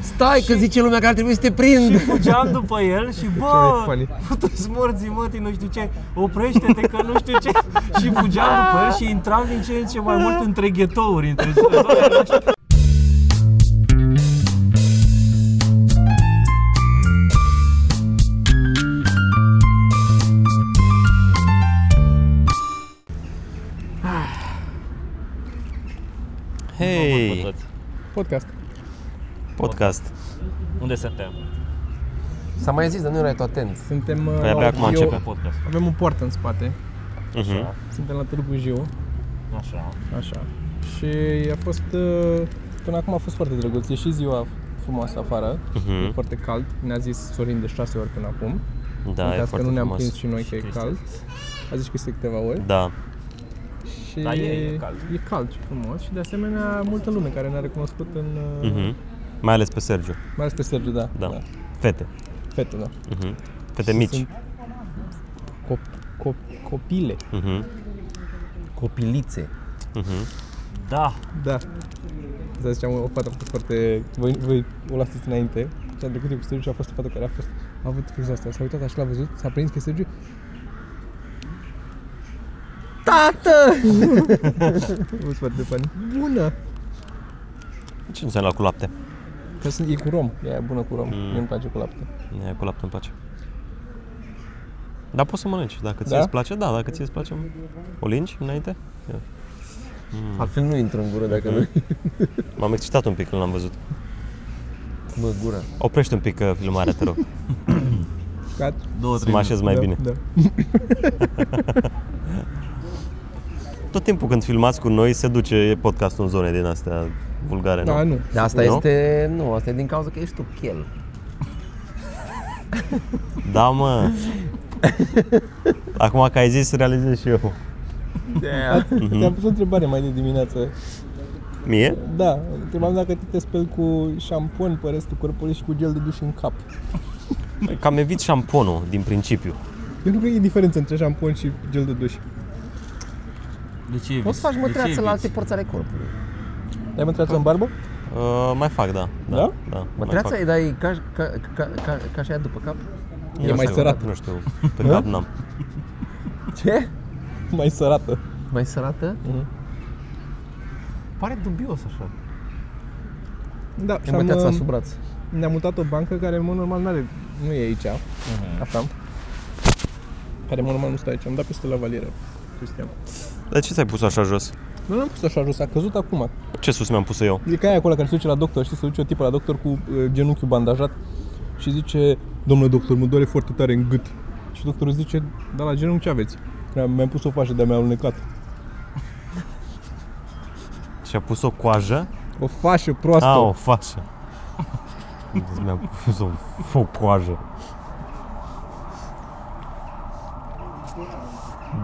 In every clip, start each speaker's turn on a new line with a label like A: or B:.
A: Stai, că zice lumea că ar trebui să te prind.
B: Fugeam după el și
C: Oh.
D: mai
B: bă,
D: funny.
B: tu-ți morții mătii, nu știu ce, oprește-te că nu știu ce. Și fugeam după el și intram din ce în ce mai mult între ghetouri, între
C: Hei,
D: Podcast.
C: podcast.
B: Unde suntem?
A: S-a mai zis, dar nu erai tu atent.
D: Suntem... uh,
C: Păi abia acum
D: eu-
C: începe.
B: Podcast.
D: Avem un port în spate.
C: Uh-huh.
D: Suntem la Târgu Jiu.
B: Așa.
D: Așa. Și a fost... uh, Până acum a fost foarte drăguț. E și ziua frumoasă afară. E
C: Uh-huh.
D: foarte cald. Ne-a zis Sorin de 6 ori până acum.
C: Da, e
D: Uitați că
C: foarte
D: nu ne-am
C: frumos.
D: prins și noi că e
B: Cristi a
D: cald.
B: zis.
D: A zis că este câteva ori.
C: Da,
D: Și
B: Da, e- e cald.
D: E cald și frumos. Și de asemenea multă lume care ne-a recunoscut în... uh,
C: uh-huh. mai ales pe Sergiu.
D: Mai ales pe Sergiu, da.
C: Da. Fete.
D: Fete, da.
C: Uh-huh. Fete mici.
D: Sunt cop- cop- copile.
C: Uh-huh.
A: Copilițe.
C: Uh-huh.
B: Da,
D: Da. Asta ziceam, o fată a fost foarte... Voi, voi o lasăți înainte. Și am trecut eu cu Sergiu și a fost o fată care a fost... A avut fix asta. S-a uitat așa, l-a văzut, s-a prins că e Sergiu. Tată! a fost foarte funny. Bună!
C: Ce înseamnă la cu lapte?
D: Că sunt, e cu rom. E aia bună cu rom.
C: Mm.
D: Mm. Mie îmi place cu lapte.
C: E, cu lapte îmi place. Dar poți să mănânci, dacă ți
D: Da?
C: îți place, da, dacă ți îți place, o lingi înainte. Ia. Mm.
A: Altfel nu intră în gură dacă
C: Mm-hmm.
A: nu...
C: M-am excitat un pic când l-am văzut.
A: Mă, gura.
C: Oprește un pic uh, filmarea, te rog.
D: Cat.
B: două,
C: Să mă
B: trei.
C: așez mai
D: da,
C: bine.
D: Da. da.
C: Tot timpul când filmați cu noi se duce podcastul în zone din astea vulgare,
D: Da,
C: nu?
D: nu.
A: Dar asta
C: Nu?
A: este... Nu, asta e din cauza că ești tu chel.
C: Da, mă. Acum că ai zis, realizez și eu.
D: Mm-hmm. Ți-am pus o întrebare mai de dimineață.
C: Mie?
D: Da, întrebam dacă tu te speli cu șampon pe restul corpului și cu gel de duș în cap.
C: Cam evit șamponul, din principiu.
D: Eu nu cred că e diferență între șampon și gel de duș.
B: De ce
A: Poți să faci mătreață la alte părți ale corpului.
D: Ai mătreață în barbă?
C: Uh, mai fac, da.
D: Da?
C: da
A: Mătreața
C: mai
A: îi dai ca, ca, ca, ca, ca și aia după cap?
C: fac.
D: e
C: Nu
D: mai
C: știu,
D: sărat.
C: Nu știu, pe
D: Hă?
C: cap n-am.
A: Ce?
D: Mai sărată.
A: Mai sărată?
D: Mhm.
A: Pare dubios așa.
D: Da, și
A: E
D: am,
A: mătreața
D: uh,
A: sub braț.
D: ne-am mutat o bancă care în mod normal n-are, nu e aici, așa. Care în mod normal nu stă aici, am dat peste la valieră. Cristian.
C: Dar ce ți-ai pus așa jos?
D: Nu l-am pus așa jos, a căzut acum.
C: Ce sus mi-am pus eu?
D: E ca aia acolo care se duce la doctor, știi, se duce o tipă la doctor cu uh, genunchiul bandajat și zice, domnule doctor, mă doare foarte tare în gât. Și doctorul zice, dar la genunchi ce aveți? Că Mi-am pus o fașă, dar mi-a alunecat.
C: Și-a pus o coajă?
D: O fașă proastă.
C: A, o fașă. Deci mi-a pus o, o coajă.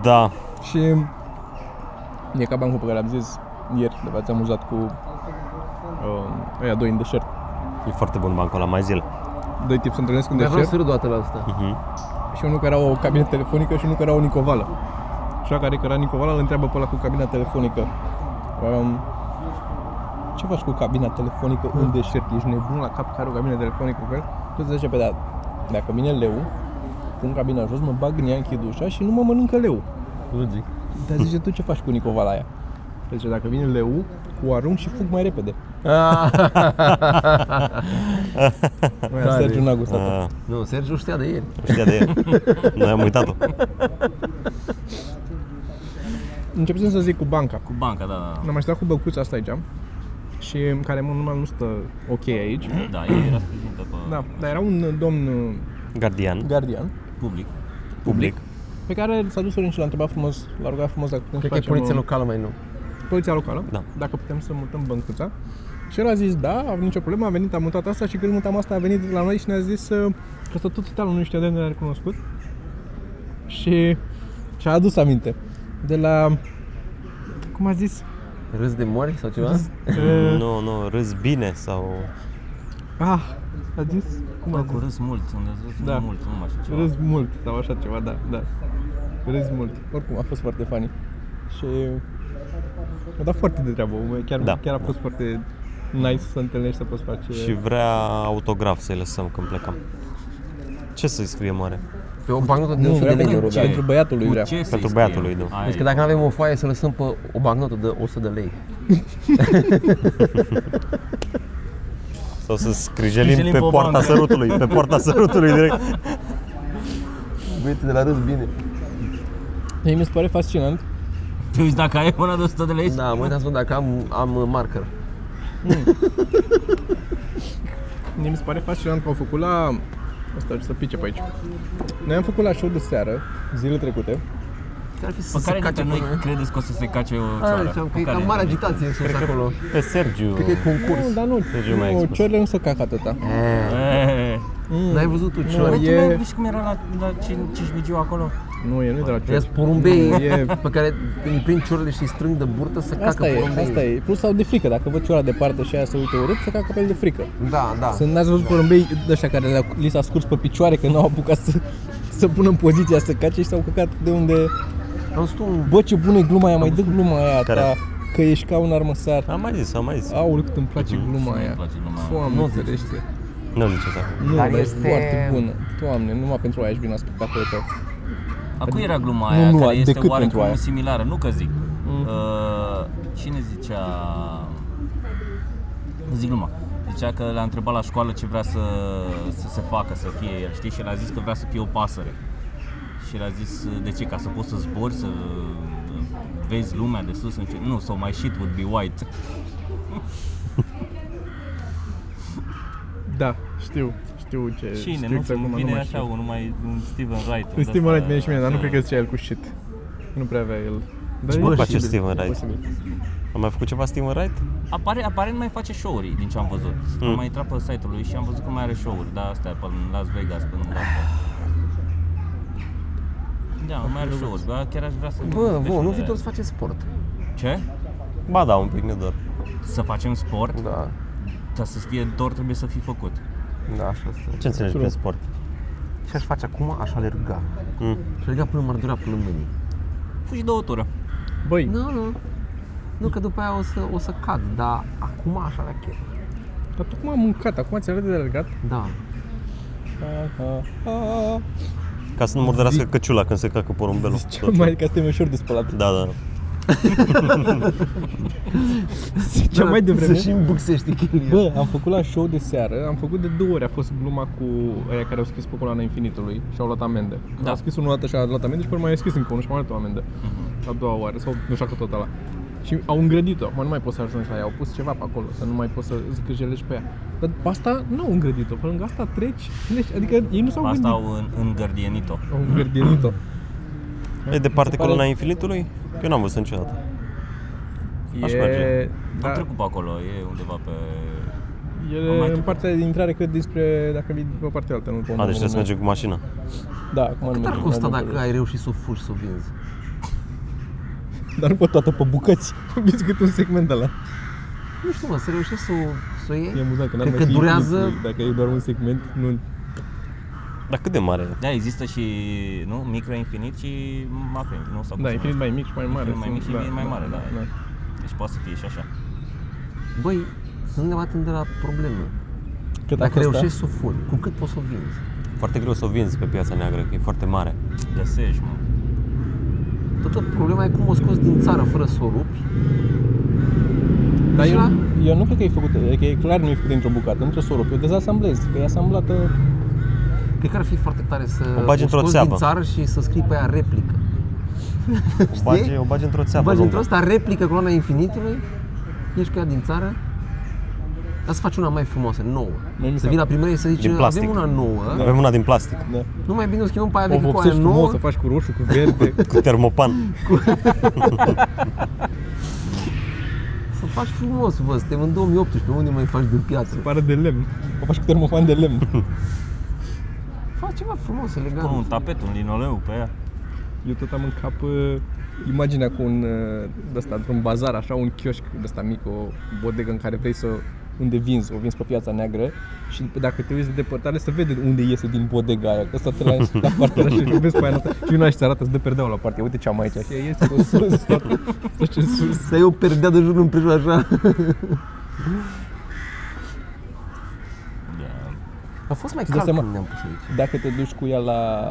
C: Da,
D: Și e ca bancul pe care am zis ieri, de v-ați amuzat cu uh, ăia doi în deșert.
C: e foarte bun bancul ăla, mai zil.
D: Doi tipi se întâlnesc în
A: Mai vreau
D: deșert
A: să râd o dată la asta.
D: și unul care au o cabină telefonică și unul care au o nicovală. Și ăla care era nicovală îl întreabă pe ăla cu cabina telefonică. Um, ce faci cu cabina telefonică în deșert? Ești nebun la cap care o cabină telefonică cu el? Tu zice, pe da, dacă vine leu, pun cabina jos, mă bag în ea, închid ușa și nu mă mănâncă leu.
A: Logic.
D: Dar zice, tu ce faci cu nicovala aia? Zice, dacă vine leu, o arunc și fug mai repede. Aia
A: Tare.
D: Sergiu n-a gustat.
C: A,
A: Nu, Sergiu știa de ieri.
C: nu știa de el. Noi am uitat-o.
D: Începem să zic cu banca.
B: Cu banca, da, da.
D: Am așteptat cu băcuța asta aici și care în mod normal nu stă ok aici.
B: Da, da e răspândită pe
D: Da, dar era un uh, domn uh,
C: Gardian,
D: gardian
B: public.
C: public.
D: pe care s-a dus Sorin și l-a întrebat frumos, l-a rugat frumos dacă putem
A: Cred că
D: să
A: e
D: facem
A: poliție
D: uh,
A: locală mai nou.
D: poliția locală,
C: Da.
D: dacă putem să mutăm băncuța. Și el a zis da, a nicio problemă, a venit, a mutat asta și când mutam asta a venit la noi și ne-a zis uh, că tot totalul nu știa de unde ne-a recunoscut. Și și-a adus aminte de la, cum a zis?
A: Râs de mori sau ceva?
D: Uh,
C: Nu, nu, râs bine sau...
D: ah, a zis, cum
B: Cum
D: a
B: a
D: zis?
B: cu râs mult, unde râs
D: Da.
B: mult, nu mai știu ceva.
D: Râzi mult sau așa ceva, da, da. Râzi mult. Oricum, a fost foarte funny. Și... A dat foarte de treabă, omul, chiar,
C: Da.
D: chiar a fost foarte nice să întâlnești, să poți face...
C: Și vrea autograf să-i lăsăm când plecăm. Ce să-i scrie mare?
A: Pe o bancnotă de
D: nu,
A: 100
D: vrea
A: de lei
D: pentru,
A: ruga.
D: pentru băiatul lui
B: Cu
D: vrea.
B: ce să-i
C: Pentru
B: scrie?
C: băiatul lui, da.
B: Aia
A: Deci că
B: e.
A: dacă nu avem o foaie să lăsăm pe o bancnotă de 100 de lei.
C: Sau să scrijelim
B: Scrijelim
C: pe
B: pe o
C: poarta
B: bancă.
C: sărutului, pe poarta sărutului direct.
A: Băieții de la râs bine.
D: Mie mi se pare fascinant.
B: Te uiți dacă ai una de 100 de lei?
A: Da, mă uitam să văd dacă am, am uh, marker.
D: Mie mi se pare fascinant că au făcut la... Asta să pice pe aici. Noi am făcut la show de seară, zile trecute.
A: Ce ar fi să
B: Pe care dintre
A: se cace
B: noi
A: până...
B: credeți că o să se cace o
A: Ah,
B: țară?
A: ziceam că
B: Pe
A: e cam
B: care?
A: mare agitație în sus acolo.
C: Pe Sergiu.
A: Cred că e concurs.
D: Nu, dar nu,
C: Deci eu mai
D: nu
C: expus.
D: ciorile nu se cacă atâta.
A: Eh,
B: E.
A: Mm. N-ai văzut tu ce
D: Nu,
A: ori?
B: Bă, tu
D: e-
B: nu ai văzut cum era la, la Cismigiu acolo?
D: Nu e, nu e de la
A: E Mm,
D: ciori.
A: porumbei
D: Nu, e-
A: pe care îi prind ciorile și îi strâng de burtă să cacă
D: Asta e,
A: porumbei.
D: asta e. Plus sau de frică, dacă văd cioara departe și aia se uită urât, se cacă pe el de frică.
A: Da, da.
D: Să n-ați văzut porumbei ăștia care le-au- li s-a scurs pe picioare că n-au apucat să, să pună în poziția să cace și s-au căcat de unde...
A: Am zis tu un
D: Bă, ce bună e gluma aia, mai dă gluma aia ta,
C: Care?
D: că ești ca un armăsar.
C: Am mai zis, am mai zis.
D: Aul cât îmi place gluma aia.
B: Nu-mi place gluma aia.
D: Foame,
A: Nu
D: nu
A: zici.
D: înțelește.
C: Nu zice asta.
D: Nu,
A: Dar
D: dar e
A: este-
D: foarte bună. Doamne, numai pentru aia ești vin la spectacolul tău.
B: A cui era gluma aia
D: Păi nu,
B: care este
D: decât pentru
B: oarecum
D: aia. Mm.
B: similară? Nu că zic. Uh, cine zicea... Nu zic gluma. Zicea că l-a întrebat la școală ce vrea să, să se facă, să fie el, știi? Și el a zis că vrea să fie o pasăre. Și el a zis, de ce? Ca să poți să zbori, să uh, vezi lumea de sus în ce... Nu, so my shit would be white.
D: Da, știu. Știu ce...
B: Cine?
D: știu
B: Nu,
D: exact
B: nu
D: cum,
B: vine
D: mai
B: așa,
D: știu.
B: unul mai un Steven Wright.
D: În Steam Light Păi vine și mie, dar nu cred că zicea el cu shit. Nu prea avea el. Dar
C: Ce
D: e
C: bă, face
D: posibil,
C: Steven
D: e
C: Wright?
D: posibil.
C: Am mai făcut ceva Steam Right?
B: Apare, aparent mai face show-uri din ce am văzut. Mm. Am mai intrat pe site-ul lui și am văzut că mai are show-uri, da, astea pe în Las Vegas, până la asta. Da, mai are show-uri, da, chiar aș vrea să...
A: Bă,
B: deci,
A: vă, nu
B: de-
A: viitor să faceți sport.
B: Ce?
C: Ba da, un pic, nu doar.
B: Să facem sport?
A: Da,
B: Ca să fie dor trebuie să fii făcut.
A: da, așa este.
C: Ce
D: Păi
C: înțelegi
D: da.
C: prin sport?
A: Ce aș face acum? Aș alerga.
C: Mm.
A: Și alerga până m-ar dura până mâinii.
B: Fugi de o tură.
D: Băi,
A: Nu, nu. Nu, că după aia o să, o să cad, dar acum aș avea chef.
D: dar tu cum am mâncat? Acum ți arăt de alergat?
A: Da.
C: Ca să nu murdărească căciula când se cacă porumbelul.
D: Cea mai, ca să te mai ușor de spălat.
C: Da, da.
D: Cea mai devreme...
A: Să și îmbuxești chilia.
D: Bă, am făcut la show de seară, am făcut de două ori, a fost gluma cu aia care au scris pe coloana infinitului și au luat amendă.
B: Da.
D: Da. Au scris unul dată și a luat amendă și pe urmă a scris încă unul și mai luat o amendă. La a doua oară, sau nu știu că tot ăla. Și au îngrădit-o, acum nu mai poți să ajungi la ea, au pus ceva pe acolo, să nu mai poți să zgâjelești pe ea. Dar pe asta nu au îngrădit-o, pe lângă asta treci, pleci, adică ei nu s-au
B: Pe Asta
D: gândit. Au,
B: au în, îngărdionit-o.
D: au îngrădit-o.
C: E
D: Se
C: departe
D: pare-
C: coloana infinitului? Eu n-am văzut niciodată. Aș merge.
B: Da. Am trecut pe acolo, e undeva pe... Am mai
D: E în
B: trecut.
D: partea de intrare, cred despre, dacă vii pe partea altă, nu pe
C: A, deci trebuie să mergem cu mașina.
D: Da, acum nu
A: Cât ar
D: mergem,
A: costa
D: nu mergem.
A: dacă ai reușit să o fugi, să o vinzi?
D: Dar nu pe toată, pe bucăți. Vezi cât un segment ăla.
A: Nu știu, mă, să reușești să o, să o
D: E
A: iei?
D: amuzant că n-ar
A: Cred
D: mai
A: că
D: fi
A: durează-
D: clipul. Dacă e doar un segment, nu...
C: Dar cât de mare?
B: Da, există și, nu, micro-infinit și macro-infinit, nu? Sau cum
D: Da,
B: se
D: e
B: numește?
D: mai mic și mai mare.
B: Infinit mai mic și
D: Da,
B: mai mare, da.
D: da.
B: Deci poate să fie și așa.
A: Băi, să nu ne batem de la probleme.
D: Cât a
A: Dacă
D: costat?
A: reușești să o fugi, cu cât poți să o vinzi?
C: Foarte greu să o vinzi pe piața neagră, că e foarte mare.
B: Găsești, mă.
A: Toată problema e cum o scoți din țară fără să o rupi.
D: Dar
A: Și
D: eu,
A: la-
D: eu, nu cred că e făcut, adică e clar nu e făcut dintr-o bucată, nu trebuie să o rup, eu dezasamblez, că e asamblată...
A: Cred că ar fi foarte tare să
C: O bagi într-o
A: scoți
C: țeavă.
A: din țară și să scrii pe aia replică.
C: O bagi, o bagi într-o
D: Da,
C: țeavă
A: Bagi
C: lungă.
A: într-o asta replică coloana infinitului, ești cu ea din țară, dar să faci una mai frumoasă, nouă.
D: Mie mi
A: Să
D: se-
A: vii la primărie să zici,
C: Din plastic.
A: avem una nouă,
C: Avem una din plastic,
D: Da.
A: nu mai bine o schimbăm pe aia
D: O
A: veche cu aia
D: vopsești frumos,
A: nouă.
D: o faci cu roșu, cu verde.
C: cu termopan.
A: Să faci frumos, vă, suntem în 2018, unde mai faci de piață?
D: Pară de lemn. O faci cu termofan de lemn.
A: Faci ceva frumos,
B: Pun
A: elegant.
B: un tapet, un linoleu pe ea.
D: Eu tot am în cap uh, imaginea cu un, uh, de asta, într-un bazar, așa, un chioșc de asta mic, o bodegă în care vrei să unde vinzi, o vinzi pe piața neagră și dacă te uiți de depărtare să vede unde iese din bodega aia, că asta te lași la partea aia și vezi pe aia noastră. și una și ți arată, îți dă perdeaua la partea, uite ce am aici, și ea iese pe sus, toată, tot ce sus. Da.
A: Să ai o perdea de jur împrejur așa. A fost mai
D: Îți dai
A: cald
D: seama-
A: când ne-am pus aici.
D: Dacă te duci cu ea la,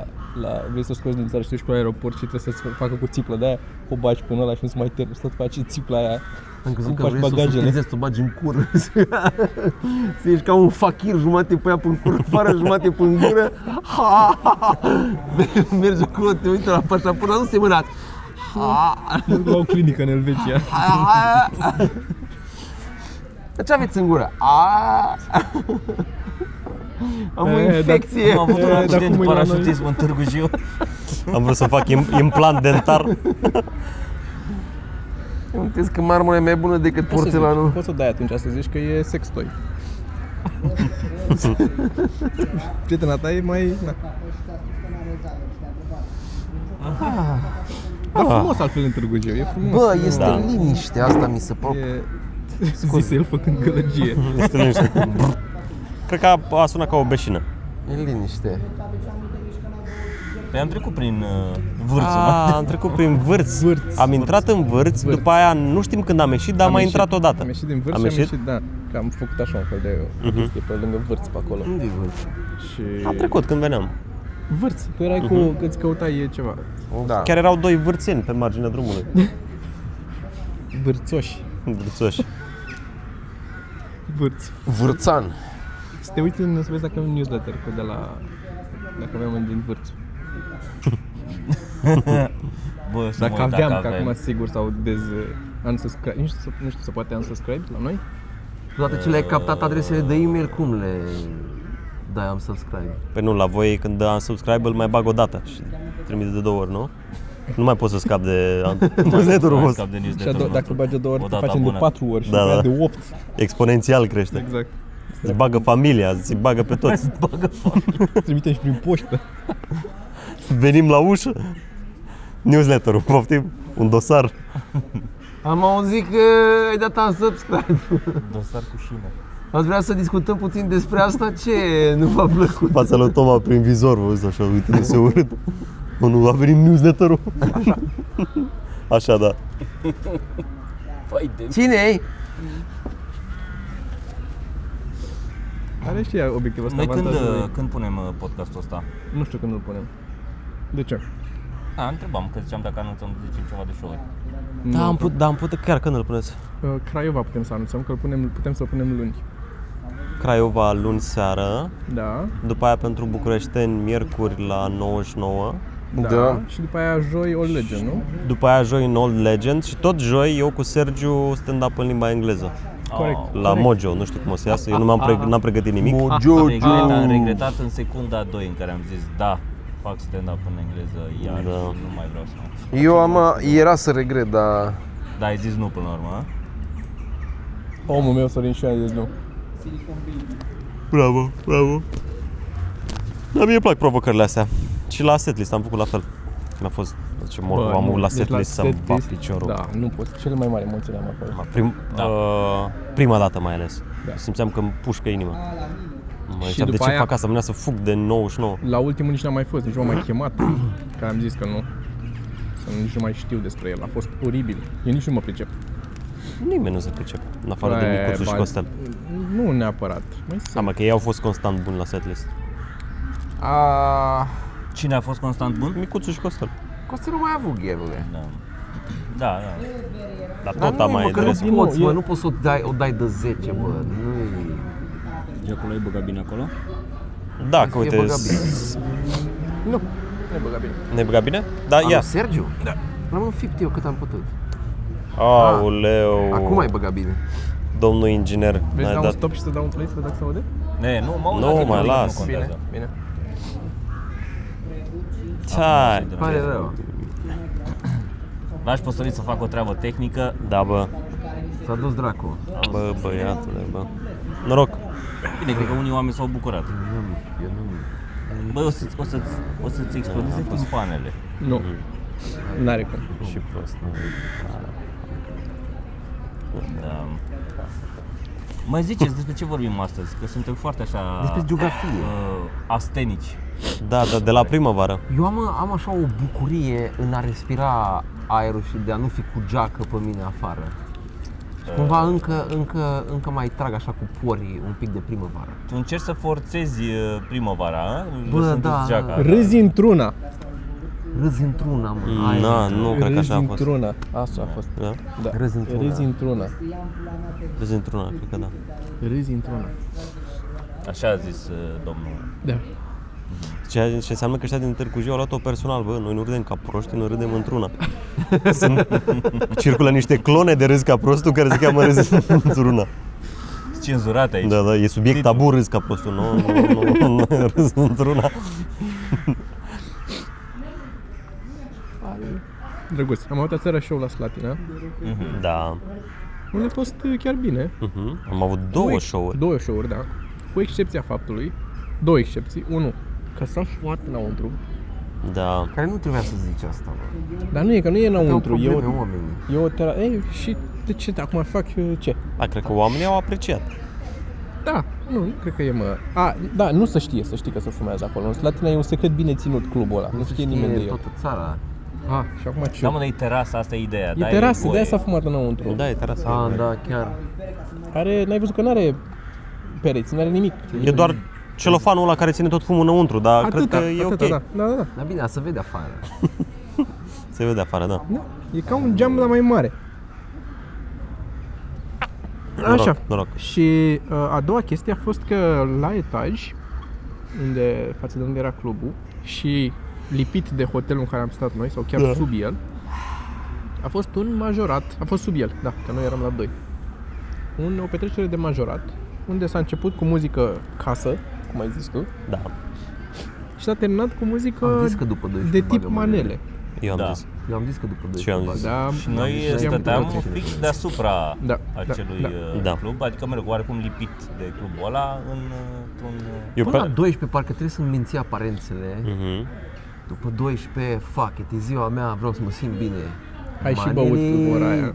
D: la vrei să o scoți din țară și te duci cu la aeroport și trebuie să-ți facă cu țiplă de aia, o baci până la și nu-ți mai termin, să faci țipla aia.
A: Am crezut
D: Îmi
A: că
D: faci
A: vrei să o
D: bagajele.
A: subtilizezi, să o bagi în cur. să ești ca un fakir, jumate pe ea pe cur afară, jumate pe în gură. Ha, ha, ha. Mergi acolo, te uiți la pașaport, dar nu se mânați. Ha,
D: La o clinică în Elveția.
A: ha, ha. Ce aveți în gură? A. Am o
D: E, dar-
A: infecție.
B: Am avut
D: E,
B: un
D: dar
B: accident
D: cum Da,
B: de
D: e la noi?
B: parașutism în Târgu Jiu.
C: Am vrut să fac im- implant dentar.
A: Îmi amintesc că marmura e mai bună decât porțelanul.
D: Poți să dai atunci să zici că e sextoy. Prietena ta e mai... Na.
C: Ah.
D: Dar Da, frumos altfel în Târgu Jiu, e frumos.
A: Bă, este
C: Da.
A: liniște, asta mi se pare.
D: E... Zise el făcând gălăgie.
C: Este liniște. Cred că a, a sunat ca o beșină.
A: E liniște.
B: Păi am trecut prin uh, vârțul. mă.
C: A, am trecut prin vârț.
D: Vârț.
C: Am intrat în vârț,
D: Vârț.
C: după aia nu știm când am ieșit, dar am, mai
D: ieșit-
C: intrat odată.
D: Am ieșit din vârț
C: Am
D: și
C: ieșit? Mhm.
D: am ieșit, da, că am făcut așa un fel de uh-huh. chestie pe lângă vârț pe acolo.
A: Unde-i vârf?
D: Și...
C: Am trecut Mhm. când veneam.
D: Vârț, tu erai cu, uh-huh. îți căutai e ceva.
A: Da.
C: Chiar erau doi vârțeni pe marginea drumului.
D: Vârțoși.
C: Vârțoși.
D: Vârț.
A: Vârțan.
D: Să te uiți în, să vezi dacă avem newsletter pe de la... Dacă aveam un din vârț.
B: Bă, să
D: Dacă
B: mă uit
D: aveam,
B: dacă
D: că
B: avem.
D: acum sigur sau dez... Unsubscribe, nu știu, nu știu se poate unsubscribe la noi?
A: Toate ce le-ai captat adresele de e-mail, cum le dai am subscribe?
C: Pe nu, la voi când am subscribe îl mai bag o dată și trimite de două ori, nu? Nu mai pot să scap de newsletter-ul
B: Mai
C: vostru.
B: scap de
D: Și a
B: newsletter-ul
D: do- dacă
B: nostru.
D: îl bagi de două ori,
B: O
D: te
B: dată
D: facem de
B: abonat.
D: patru ori și
C: Da,
D: da, da.
C: da.
D: de opt.
C: Exponențial crește.
D: Exact.
C: Îți bagă familia, îți bagă pe toți.
D: Trimitem și prin poștă.
C: Venim la ușă, newsletter-ul, poftim, un dosar.
A: Am auzit că ai dat am subscribe.
B: Dosar cu șină.
A: Ați vrea să discutăm puțin despre asta? Ce nu v-a plăcut?
C: Fața lui Toma prin vizor, vă văzut așa, uitându-se urât. Mă, nu a venit newsletter-ul? Așa. Așa, da.
B: Păi de...
A: Cine-i?
D: Are și ea obiectivul ăsta
B: Noi când,
D: avantajul
B: uh,
D: lui.
B: când punem uh, podcastul ăsta?
D: Nu știu când îl punem. De ce?
B: A, întrebam, că ziceam dacă anunțăm zicem ceva de show
C: Da, am putut, da, am putut, chiar când îl puneți?
D: Uh, Craiova putem să anunțăm, că îl punem, putem să-l punem luni.
C: Craiova luni seară,
D: Da,
C: după aia pentru bucureșteni miercuri la 99,
D: da.
A: Da.
D: Și după aia joi o lege, nu?
C: după aia joi în Old Legend și tot joi eu cu Sergiu stand-up în limba engleză.
D: Corect.
C: La Mojo, nu știu cum o să iasă, eu nu m-am preg- n-am pregătit nimic.
B: Am regretat, am regretat în secunda a 2 în care am zis da, fac stand-up în engleză iar
C: Da.
B: da. nu mai vreau să mă...
A: Eu am, era să regret, dar
B: Dar ai zis nu până la urmă,
D: Omul meu, Sorin și eu, nu.
C: Bravo, bravo. Dar Da, mie îmi plac provocările astea. Și la setlist am făcut la fel. Mi-a fost, ce
D: Păi,
C: mor, am avut la
D: deci
C: setlist să-mi bat piciorul.
D: Da, nu pot. Cele mai mari emoții le-am acolo.
C: Ma- Prim,
B: Da.
C: uh, prima dată mai ales.
D: Da.
C: Simțeam că îmi pușcă inima. Mă
D: Și
C: ziceam, de
D: după
C: ce
D: aia-
C: fac asta? Mânea să fug de 99.
D: La ultimul nici n-am mai fost, nici nu m-am mai chemat, că am zis că nu. Să nu- nici nu mai știu despre el, a fost oribil. Eu nici nu mă pricep.
C: Nimeni nu se pricepe, în afară de
D: Aia e,
C: Micuțu și
D: ba-
C: Costel.
D: Nu neapărat. Mai
C: Da, mă, că ei au fost constant buni la setlist.
A: a...
B: Cine a fost constant bun?
C: Micuțu și Costel.
A: Costel nu mai a avut gherule.
B: Da, da. da.
C: Dar
A: Dar
C: tot
A: nu,
C: am
A: mă,
C: mai
A: că nu
C: adresat.
D: din nou,
A: poți, mă,
D: e-
A: nu poți să o dai, o dai de 10, bă. Nu e...
B: Giacul ai băgat bine acolo?
C: Da, că
A: fie
C: uite,
A: băgat bine.
C: s-
D: Nu, ne băga bine.
C: ne băga bine? Da,
A: Am
C: ia.
A: Sergiu? Da. L-am înfipt eu cât am putut.
C: Aoleu,
A: Ah, Acum ai băgat bine.
C: domnul inginer.
D: Vrei să
C: n-ai
D: dau un
C: dat-
D: stop și să dau un play să văd dacă se aude?
B: Ne, nu, mă,
C: Nu, mai las.
B: Bine.
A: Bine.
C: Hai.
A: Pare rău.
B: L-aș păstorit să fac o treabă tehnică.
C: Da, bă,
A: S-a dus dracu.
C: bă, băiatule, bă. Noroc.
B: Bine, cred că unii oameni s-au bucurat.
A: Eu Da, nu...
B: Bă, o să-ți, o să-ți, o să-ți explodeze timpanele.
D: Nu.
C: Mm-hmm.
D: N-are cum.
C: Și prost.
B: Da. Mai ziceți despre ce vorbim astăzi, că suntem foarte așa...
A: Despre geografie.
B: Uh, astenici.
C: Da, da, de la primăvară.
A: Eu am, am așa o bucurie în a respira aerul și de a nu fi cu geacă pe mine afară. Și cumva
C: Eh.
A: încă, încă, încă mai trag așa cu porii un pic de primăvară.
B: Tu încerci să forțezi uh, primăvara, a?
A: Bă,
B: Lăsându-ți
A: da.
B: geaca.
D: Râzi într-una.
A: Râzi într-una, mă. aia e.
C: Mm, Na, nu cred că
D: Râzi
C: așa a fost.
D: într-una. Asta a fost.
C: Da?
D: Da.
A: Râzi într-una.
D: Râzi într-una.
C: Vezi într-una, cred că da.
D: Râzi într-una.
B: Așa a zis uh, domnul.
D: Da.
C: Ceea ce înseamnă că ăștia din Târgu Jiu au luat-o personal, bă, noi nu râdem ca proști, noi râdem într-una. Sunt, circulă niște clone de râs ca prostul care se cheamă râs într-una.
B: Sunt cenzurat aici.
C: Da, da, e subiect tabu râs ca prostul, nu, nu, nu, nu râs într-una.
D: Drăguț. Am uitat seara show la Slatina,
C: Da.
D: unde a fost uh, chiar bine.
C: Uh-huh. Am avut
D: Cu
C: două
D: ex-
C: show-uri.
D: Două show-uri, da. Cu excepția faptului, două excepții. Unu, că s-a fuat înăuntru.
C: Da.
A: Care nu trebuia să zici asta, mă.
D: Dar nu e, că nu e
A: Au
D: înăuntru. E
A: probleme
D: o,
A: oamenii.
D: e o tera... Ei, și de ce? Acum fac eu ce?
C: Da, cred că oamenii au apreciat.
D: Da, nu, nu cred că e mă. A, da, nu se știe, să știi că se fumează acolo. În Slatina e un secret bine ținut clubul ăla. Nu, știe, nimeni de el.
A: toată țara.
D: A, și acum ce?
B: Da, mă, dar e terasa, asta e ideea.
D: E
B: da,
D: terasă, de
B: voie.
D: aia s-a fumat înăuntru.
C: Da, e terasa.
A: Da, da, chiar.
D: Are, n-ai văzut că n-are pereți, n-are nimic.
C: E doar celofanul ăla care ține tot fumul înăuntru, dar cred că e ok.
D: da, da, da, da,
A: Dar bine, asta se vede afară.
C: Se vede afară, da.
D: da. E ca un geam, dar mai mare.
C: Noroc,
D: Așa.
C: noroc.
D: Și uh, a doua chestie a fost că la etaj, unde, față de unde era clubul, și lipit de hotelul în care am stat noi, sau chiar da. sub el, a fost un majorat, a fost sub el, da, că noi eram la doi. Un, o petrecere de majorat, unde s-a început cu muzică casă, cum ai zis tu,
C: Da,
D: și s-a terminat cu muzică
A: Am zis că după 12
D: de tip
A: bagă manele.
D: manele.
C: eu am
B: Da.
C: zis.
A: Eu am zis că după
C: Și
A: 12
C: eu am zis.
A: bagă.
D: Da,
B: Și noi
A: Am zis,
B: stăteam
A: am zis.
B: fix deasupra
D: Da,
B: acelui
D: da,
B: uh,
C: da.
B: club, adică merg oarecum lipit de clubul ăla în, uh, într-un... uh,
C: Eu
A: Până la
C: pe...
A: 12 da, parcă trebuie să-mi menții aparențele.
C: Mhm.
A: După 12, fuck it, e ziua mea, vreau să mă simt bine.
D: Ai și
A: Manele-
D: băut după ora aia.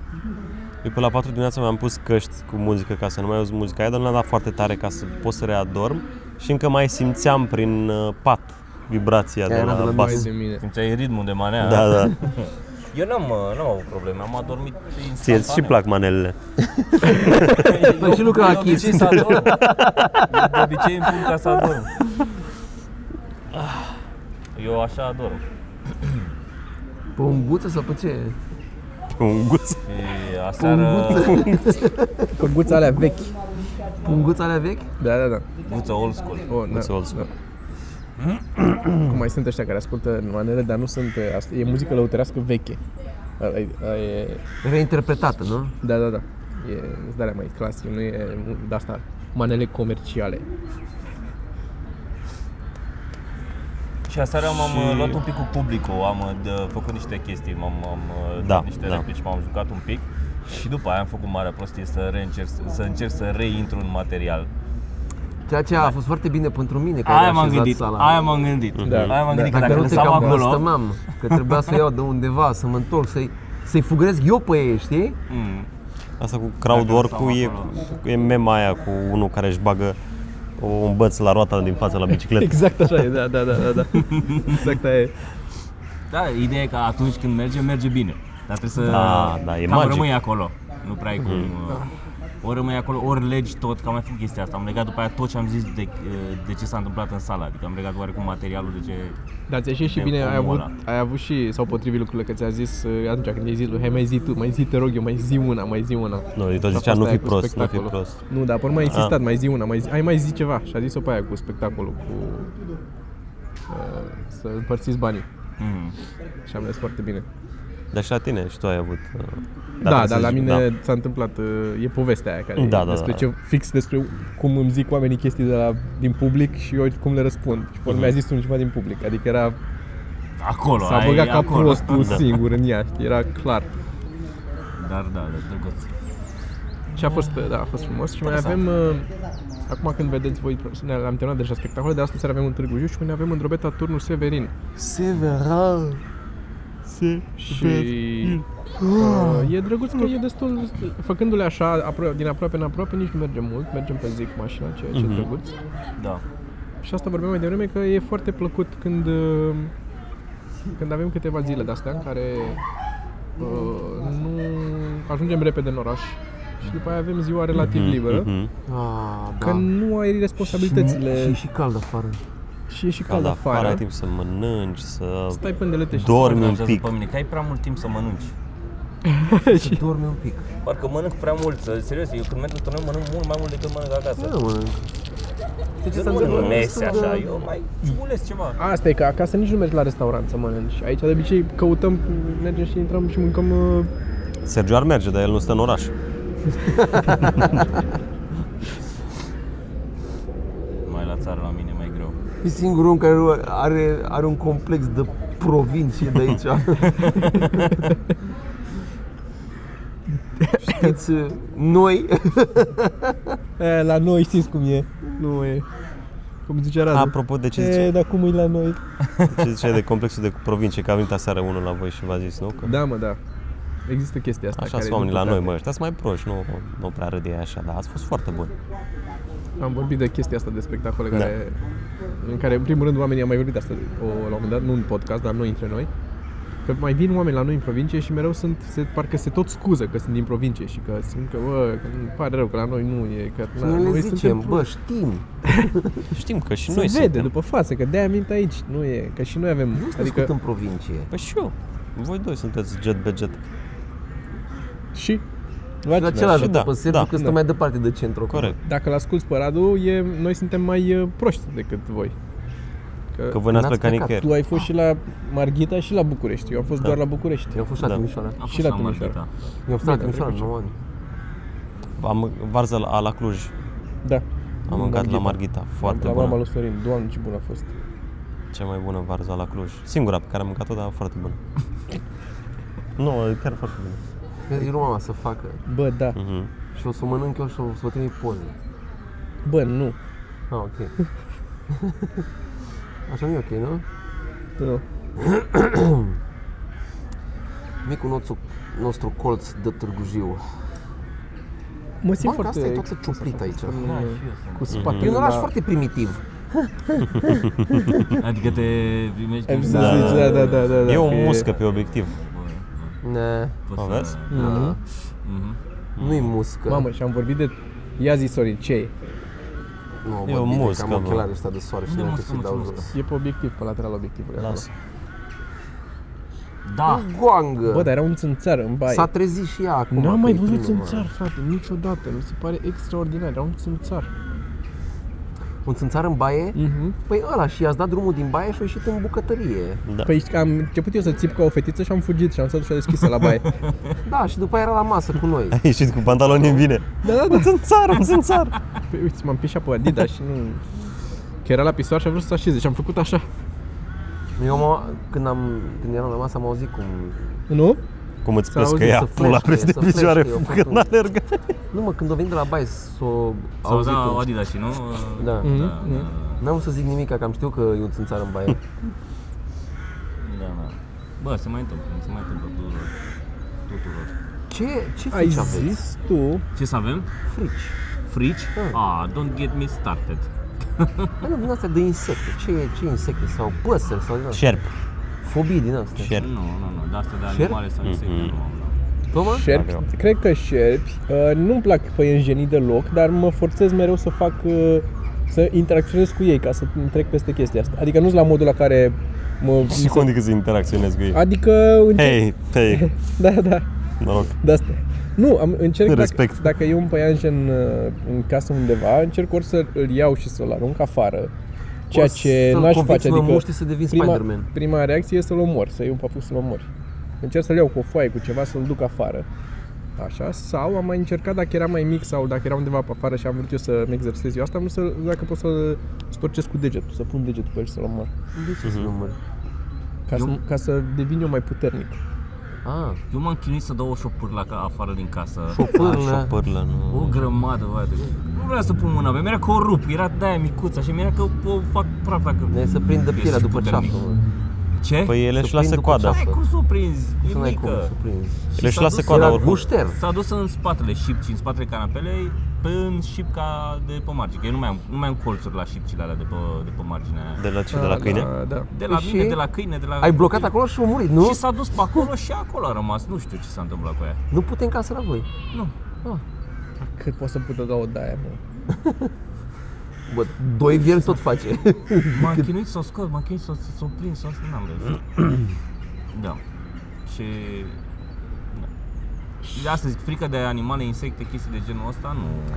C: Eu pe la 4 dimineața mi-am pus căști cu muzică ca să nu mai auzi muzica aia, dar nu am dat foarte tare ca să pot să readorm și încă mai simțeam prin uh, pat vibrația de
A: Era de
C: la
A: la
C: bas.
D: Vai de mine.
B: Simțeai ritmul de manea.
C: Da, da.
B: Eu n-am, uh, n-am avut probleme, am adormit
C: Ție îți și
B: instantaneu.
C: plac manelele.
A: Păi și lucra la
B: de obicei
A: Kiss.
B: să adorm. De obicei îmi pun ca să adorm. Ah, Eu așa adorm.
A: Pe un guță sau pe ce?
C: Cu un guț.
B: Și
A: Un
B: aseară
D: Păguța alea vechi.
A: Pe un guț alea vechi?
D: Da, da, da.
B: guță old school.
D: Oh,
C: Guț
D: da.
C: old school.
D: Cum mai sunt ăștia care ascultă manele, dar nu sunt... uh, Asta, e muzică lăutărească veche. Ăla e- ăla e,
A: Reinterpretată, nu?
D: da, da, da. E de alea mai clasic, nu e de asta manele comerciale.
B: Și aseară m-am
D: Și-
B: uh, luat un pic cu publicul, am uh, de, făcut niște chestii, m-am am, uh,
C: Da,
B: dat niște
C: da.
B: replici, m-am jucat un pic. Și după aia am făcut marea prostie să, reîncerc, să încerc să reintru în material.
A: Ceea ce a fost foarte bine pentru mine că
B: Aia
A: ai
B: m-am
A: așezat
B: gândit,
A: sala.
B: aia m-am gândit,
C: Mhm.
D: Da,
B: aia
D: da.
B: m-am gândit că
A: Dacă,
B: dacă
A: nu te
B: lăsam
A: cam
B: acolo,
A: blăstămam, că trebuia să iau de undeva, să mă întorc, să-i, să-i fugresc eu pe ei, știi?
B: Mm.
C: Asta cu crowd work-ul e, e mema aia cu unul care își bagă o- un băț la roata din fața la bicicletă.
D: Exact așa e, da, da, da, da. da. Exact aia e.
B: Da, ideea e că atunci când merge, merge bine. Dar trebuie să
C: Da, da, e
B: cam
C: magic. Mm.
B: rămâi acolo. Nu prea ai cum... uh, Ori rămâi acolo, ori legi tot, că am mai făcut chestia asta. Am legat după aia tot ce am zis de, uh, de ce s-a întâmplat în sală. Adică am legat oarecum materialul de ce...
D: Dar ți-a ieșit și
B: De
D: bine, ai
B: omul
D: avut,
B: ăla.
D: ai avut și, sau potrivit lucrurile, că ți-a zis uh, atunci când i-ai zis lui, hai mai zi tu, mai zi, te rog eu, mai zi una, mai zi una.
C: Nu, eu tot
D: Și a
C: ziceam,
D: fost
C: nu
D: aia
C: fi
D: cu
C: prost, nu fi
D: spectacolul.
C: prost. Da.
D: Nu, dar pe urmă a insistat, mai zi una, mai zi, ai mai zi ceva și a zis-o pe aia cu spectacolul, cu uh, să împărțiți banii
B: Mm.
D: și am mers foarte bine.
C: Dar și la tine și tu ai avut... uh,
D: Da,
C: trebuie
D: da
C: să
D: dar la
C: zic,
D: mine s-a întâmplat, uh, e povestea aia care
C: Da,
D: e
C: da,
D: despre
C: da.
D: ce, fix despre cum îmi zic oamenii chestii de la, din public și eu cum le răspund. Și pe
C: Mhm.
D: urmă mi-a zis unul ceva din public, adică era,
B: Acolo,
D: s-a
B: ai-
D: băgat
B: e
D: ca
B: acolo. Da.
D: prostul singur în ea, știi, era clar.
B: Dar da, da, drăguț.
D: Și a fost, da, a fost frumos și mai avem, uh, acum când vedeți voi, ne- am terminat deja spectacole, dar astăzi seara avem un Târgu Jiu și mai avem în drobeta turnul Severin.
C: Several.
D: Și uh, e drăguț că e destul, făcându-le așa, apro- din aproape în aproape, nici nu mergem mult, mergem pe zi cu mașina, ceea ce e drăguț.
B: Da.
D: Și asta vorbeam mai devreme că e foarte plăcut când, uh, când avem câteva zile de astea în care uh, nu ajungem repede în oraș, și după aia avem ziua relativ liberă,
C: Mhm.
A: Ah,
D: că nu ai
A: Și,
D: responsabilitățile
A: și, și cald afară.
D: și e și
C: Cald
D: cald
C: afară, ai
D: afară.
C: timp să mănânci, să
D: Stai până de lete și
C: dormi un
B: deranjează
C: pic.
B: pe mine, că ai prea mult timp să mănânci.
A: Și dormi un pic.
B: Parcă mănânc prea mult, să- serios, eu când merg la turneu mănânc mult mai mult decât mănânc acasă.
D: Oh,
A: Da, mănânc.
B: De ce
A: se
B: să nu
A: întâmplă?
B: mese așa, eu mai ciugulesc ceva.
D: Asta e că acasă nici nu mergi la restaurant să mănânci. Aici de obicei căutăm, mergem și intrăm și mâncăm uh,
C: Sergiu ar merge, dar el nu stă în oraș.
B: Mai la țară la mine e mai greu.
A: E singurul om care nu are, are un complex de provincie de aici. Știți, noi,
D: E, la noi știți cum e. Nu e. Cum zice Radu.
C: Apropo de ce
D: E,
C: zice,
D: dar cum e la noi?
C: ce zice de complexul de provincie, că a venit aseară unul la voi și v-a zis, nu? Că
D: Da, mă, da. Există chestia asta.
C: Păi. așa
D: care e
C: sunt oamenii la noi,
D: duplitate.
C: mă, ăștia sunt mai proști, nu, nu prea râde ei așa, dar ați fost foarte buni.
D: Am vorbit de chestia asta de spectacole
C: Da.
D: care, în care, în primul rând, oamenii am mai vorbit asta o, la un moment dat, nu în podcast, dar noi între noi. Că mai vin oameni la noi în provincie și mereu sunt, se, parcă se tot scuză că sunt din provincie și că simt că, bă, că îmi pare rău că la noi nu e, că la
A: noi le
D: noi
A: zicem,
D: pro-
A: bă, știm.
C: Știm că și
D: se
C: noi
D: vede
C: suntem.
D: după față, că de-aia mint aici, nu e, că și noi avem,
A: Nu sunt adică...
D: adică,
A: în provincie.
C: Păi și eu. Voi doi sunteți jet be jet.
D: și,
A: Și la celălalt,
C: da,
A: da, pe Sergiu,
C: da,
A: că stă
C: da.
A: mai departe de centru. acum.
C: Corect.
D: dacă l-asculti pe Radu, e, noi suntem mai uh, proști decât voi. Că,
C: Că voi n-ați
A: N-ați
C: plecat
A: plecat.
C: nicăieri.
D: tu ai fost și la Marghita și la București, eu am fost doar la București.
A: Eu am fost la
C: Da.
A: Timișoara.
B: Am
D: Și
B: fost
D: la da.
B: Marghita.
D: Timișoara.
A: Eu am stat la
D: Bine,
A: Timișoara
D: trebuie
A: 9 ani.
C: Am varză la, la Cluj.
D: Da.
C: Am mâncat la Marghita. Foarte
D: la mama
C: bună.
D: lui Sorin, doamne ce bună a fost.
C: Cea mai bună varză la Cluj. Singura pe care am mâncat-o, dar foarte bună. nu, e chiar foarte bună.
A: Mi-a zis mama să facă
D: Bă, da.
C: Mhm.
A: și o să o mănânc eu și o să o trimit poze.
D: Bă, nu.
A: Ah, ok. Așa nu e ok, nu?
D: Nu.
A: Micul nostru, nostru colț de Târgu Jiu.
D: Mă simt
A: Banca
D: foarte...
A: asta e toată ciuplită aici. E
B: Da, și eu sunt.
D: Cu
C: Mhm.
D: spatele
A: un oraș
D: la-
A: foarte primitiv.
B: Adică te primești
D: Ai
B: din
D: zis,
C: Da,
D: da, da, da, da, da,
C: E o
D: că
C: muscă pe obiectiv.
A: Ne.
B: Poți
C: O
B: să-
C: vezi?
A: Da.
D: Mhm.
B: Mhm.
A: Nu-i muscă.
D: Mamă, și am vorbit de... Ia zi, Sorin, ce e?
A: nu,
C: e o
A: bine, că
C: muscă,
A: Am
C: bă.
A: ochelarii ăștia de soare și
B: Nu e
A: nu am
B: muscă,
A: să
B: nu
A: dau
B: e
A: jos.
B: muscă.
D: E pe obiectiv, pe lateral obiectivului. acolo.
C: Lasă.
B: Da,
A: Goangă!
D: Bă, dar era un țânțar în baie.
A: S-a trezit și ea acum.
D: Nu am mai
A: că e
D: văzut
A: primul, mă.
D: țânțar, frate, niciodată. Mi se pare extraordinar. Era un țânțar.
A: Un țânțar în baie?
D: Mhm.
A: Păi ăla și i-ați dat drumul din baie și a ieșit în bucătărie.
C: Da.
D: Păi știi că am început eu să țip ca o fetiță și am fugit și am stat ușa deschisă la baie.
A: Da, și după aia era la masă cu noi.
C: Ai ieșit cu pantaloni în bine.
D: da, da, da.
C: Un țânțar, un țânțar.
D: Păi, uite, m-am pișat pe Adidas și nu... Că era la pisoar și am vrut să se așeze și am făcut așa.
A: Eu am, când, am, când eram la masă am auzit cum...
D: Nu?
C: Cum îți
D: S-a auzit
C: plăscă ea
A: să
C: pula
A: flește,
C: peste
A: să
C: picioare
A: flește, eu
C: că
A: făcut.
C: n-a alergat.
A: Nu mă, când o venit de la baie s-o
B: sau
A: auzit
B: da,
A: cum-
B: Adidas și nu?
A: Da.
B: Da,
D: Mhm,
B: da,
D: mhm.
A: N-am vrut să zic nimic, că am știut că e un țânțar în baie.
B: da, da. Bă, se mai întâmplă, se mai întâmplă tuturor. tuturor.
A: Ce, ce
D: Ai
A: frici aveți?
D: zis tu?
B: Ce să avem?
A: Frici.
B: Frici?
A: Da.
B: Ah, don't get me started.
A: Bă, Păi nu, din astea de insecte. Ce, e- ce insecte sau păsări sau din astea?
C: Șerp.
A: Fobii din astea.
C: Șerp.
B: Nu, nu, nu, de asta de
A: Șerp?
B: animale sau insecte nu am. da.
A: Toma?
C: Aveau.
D: Șerpi? Cred că șerpi. Uh, nu-mi plac păienjenii deloc, dar mă forțez mereu să fac... Uh, să interacționez cu ei ca să trec peste chestia asta. Adică nu-s la modul la care mă...
C: Și cum adică să interacționezi cu ei?
D: Adică încerc...
C: Hei, hei,
D: Da, da.
C: noroc.
D: De asta. Nu, am, încerc
C: Respect.
D: Dacă, dacă e un păianjen uh, în casă undeva, încerc ori să îl iau și să-l arunc afară, ceea
A: Ori
D: ce
A: să-l
D: n-aș
A: convingi
D: face.
A: să mă
D: Adică
A: muște să devin
D: prima,
A: Spider-Man.
D: prima reacție e să-l omor, să iau un papuc să-l omor. Încerc să-l iau cu o foaie, cu ceva, să-l duc afară. Așa, sau am mai încercat dacă era mai mic sau dacă era undeva pe afară și am vrut eu să-mi exersez eu asta, am vrut să, dacă pot să storcesc cu degetul, să pun degetul pe el și să-l omor.
A: De ce să număr?
D: Ca, să, ca să devin eu mai puternic.
A: Ah,
B: Eu m-am chinuit să dau o șopârlă ca- afară din casă.
A: o
C: Așa,
A: pârlă.
C: pârlă, nu.
B: O grămadă, bă, de... Nu vreau să pun mâna pe ea, mi-era că o rup, era de-aia micuță, așa, mi-era că o fac praf dacă...
A: Ne să prindă
B: că
A: pielea
B: sunt
A: după
B: puternic.
A: ceafă, mă.
B: Ce?
C: Păi ele
A: Să
C: își lasă
A: prind după
C: coada.
A: ceafă.
B: Ai, cum să o prinzi? E
A: Să n-ai cum
B: mică.
A: să prinzi.
B: Și
C: Ele își
B: s-a
C: lasă
B: dus-
C: coada
A: Era
C: oricum.
A: gușter.
B: S-a dus în spatele șipcii, în spatele canapelei, în șipca de pe margine, că eu nu mai am, nu mai am colțuri la șipcile alea de pe, de pe marginea aia.
C: De la ce? De la câine?
D: Da, da.
B: De la
A: Și-
B: mine, de la câine, de la...
A: Ai blocat acolo și a murit, nu?
B: Și s-a dus pe acolo și acolo a rămas, nu știu ce s-a întâmplat cu ea.
A: Nu putem casă la voi.
B: Nu.
A: Ah.
D: Cât poți să pui căcaut de aia, bă?
A: Bă, doi vierni tot face.
B: M-am chinuit să o scot, m-am chinuit să să- să o prind, să asta n-am reușit. da. Și... Da. De asta zic, frică de animale, insecte, chestii de genul ăsta, nu...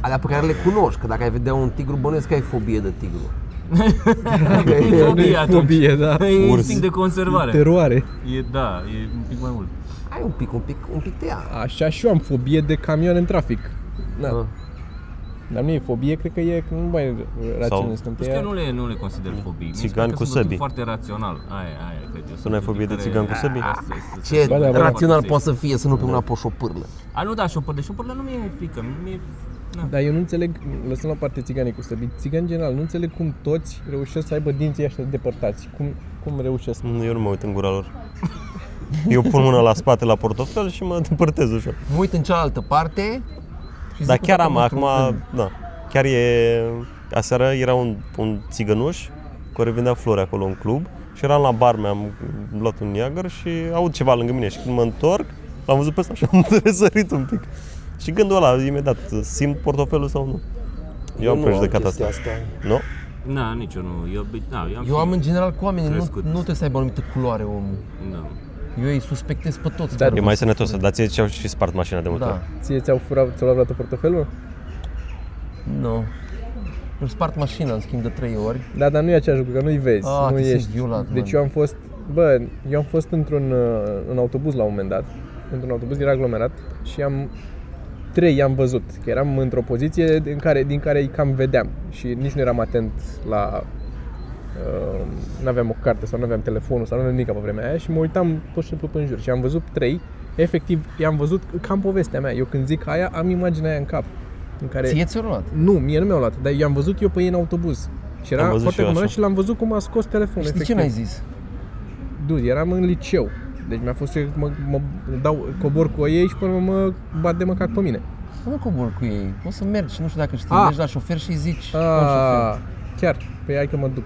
A: Alea pe care le cunoști, că dacă ai vedea un tigru, bănuiesc că ai fobie de tigru. Că
B: E
A: e-
B: fobie
D: e
B: atunci.
D: fobie, da.
B: E
C: Urs.
B: instinct de conservare.
D: Teroare.
B: E, da, e un pic mai mult.
A: Ai un pic, un pic, un pic de ea.
D: Așa și eu am fobie de camioane în trafic.
B: Ah.
A: Da.
D: Dar nu e fobie, cred că e nu mai raționez când te
B: Plus că eu
D: ia.
B: nu le, nu le consider fobii. Mi se
C: Țigani
B: pare că
C: cu
B: sunt bătut
C: săbii.
B: foarte rațional. Aia, aia, cred eu.
C: Tu n-ai fobie de țigani cu săbii?
A: Ce
D: Ba da, bă.
A: rațional poate să fie să nu pe una pe o șopârlă?
B: A, nu, da, șopăr. De șopăr nu mi-e frică. Mi-e... Na.
D: Dar eu nu înțeleg, lăsăm la parte țiganii cu săbii, țigani în general, nu înțeleg cum toți reușesc să aibă dinții așa depărtați. Cum, cum reușesc?
C: Nu, Mm, Eu nu mă uit în gura lor. Eu pun mâna la spate la portofel și mă depărtez ușor.
A: Mă uit în cealaltă parte,
C: Dar chiar am, acum, da, chiar e, aseară era un, un țigănuș care vindea flori acolo în club și eram la bar, mi-am luat un Niagara și aud ceva lângă mine și când mă întorc, l-am văzut pe ăsta și am răsărit un pic. Și gândul ăla, imediat, simt portofelul sau nu? Eu am prejudecat asta. asta. Nu?
B: Na, nici eu nu. Eu, obi- na, eu am,
A: Eu am în general cu oamenii, nu,
B: Crescut.
A: nu trebuie să aibă o anumită culoare omul.
B: Da.
A: Eu îi suspectez pe toți.
D: Da,
A: care
C: E
A: mă
C: mai sănătos, dar ție ce-au și spart mașina de multe
A: Da.
C: ori.
D: Ție ți-au furat, ți-au luat vreodată portofelul?
A: Nu. Îmi spart mașina, în schimb, de trei ori.
B: Păi-
D: Da, dar nu e același lucru, că nu-i vezi,
A: Ah,
D: nu
A: te simți
D: ești.
A: violat, man.
D: deci eu am fost, bă, eu am fost într-un uh, în autobuz la un moment dat, într-un autobuz din aglomerat și am trei i-am văzut, că eram într-o poziție din care, din care îi cam vedeam și nici nu eram atent la uh, nu aveam o carte sau nu aveam telefonul sau nu aveam nimic pe vremea aia și mă uitam tot și simplu în jur și am văzut trei, efectiv i-am văzut cam povestea mea. Eu când zic aia, am imaginea aia în cap. În care
A: Ție ți-o luat?
B: Păi
D: nu, mie nu mi-au luat, dar i-am văzut eu pe ei în autobuz. Și
C: Am
D: era
C: văzut și
D: foarte
C: eu
D: comod
C: așa.
D: și l-am văzut cum a scos telefonul.
A: Și de ce
D: efectiv.
A: n-ai zis?
D: Dude, eram în liceu. Deci mi-a fost frică că mă, mă dau, cobor cu ei și până mă bat de măcac pe mine.
A: Nu cobor cu ei, poți să mergi, nu știu dacă știi,
D: Ah.
A: mergi la șofer și îi zici,
B: Ah.
A: "Domn șofer,
D: A, Ah, chiar, pe hai că mă duc.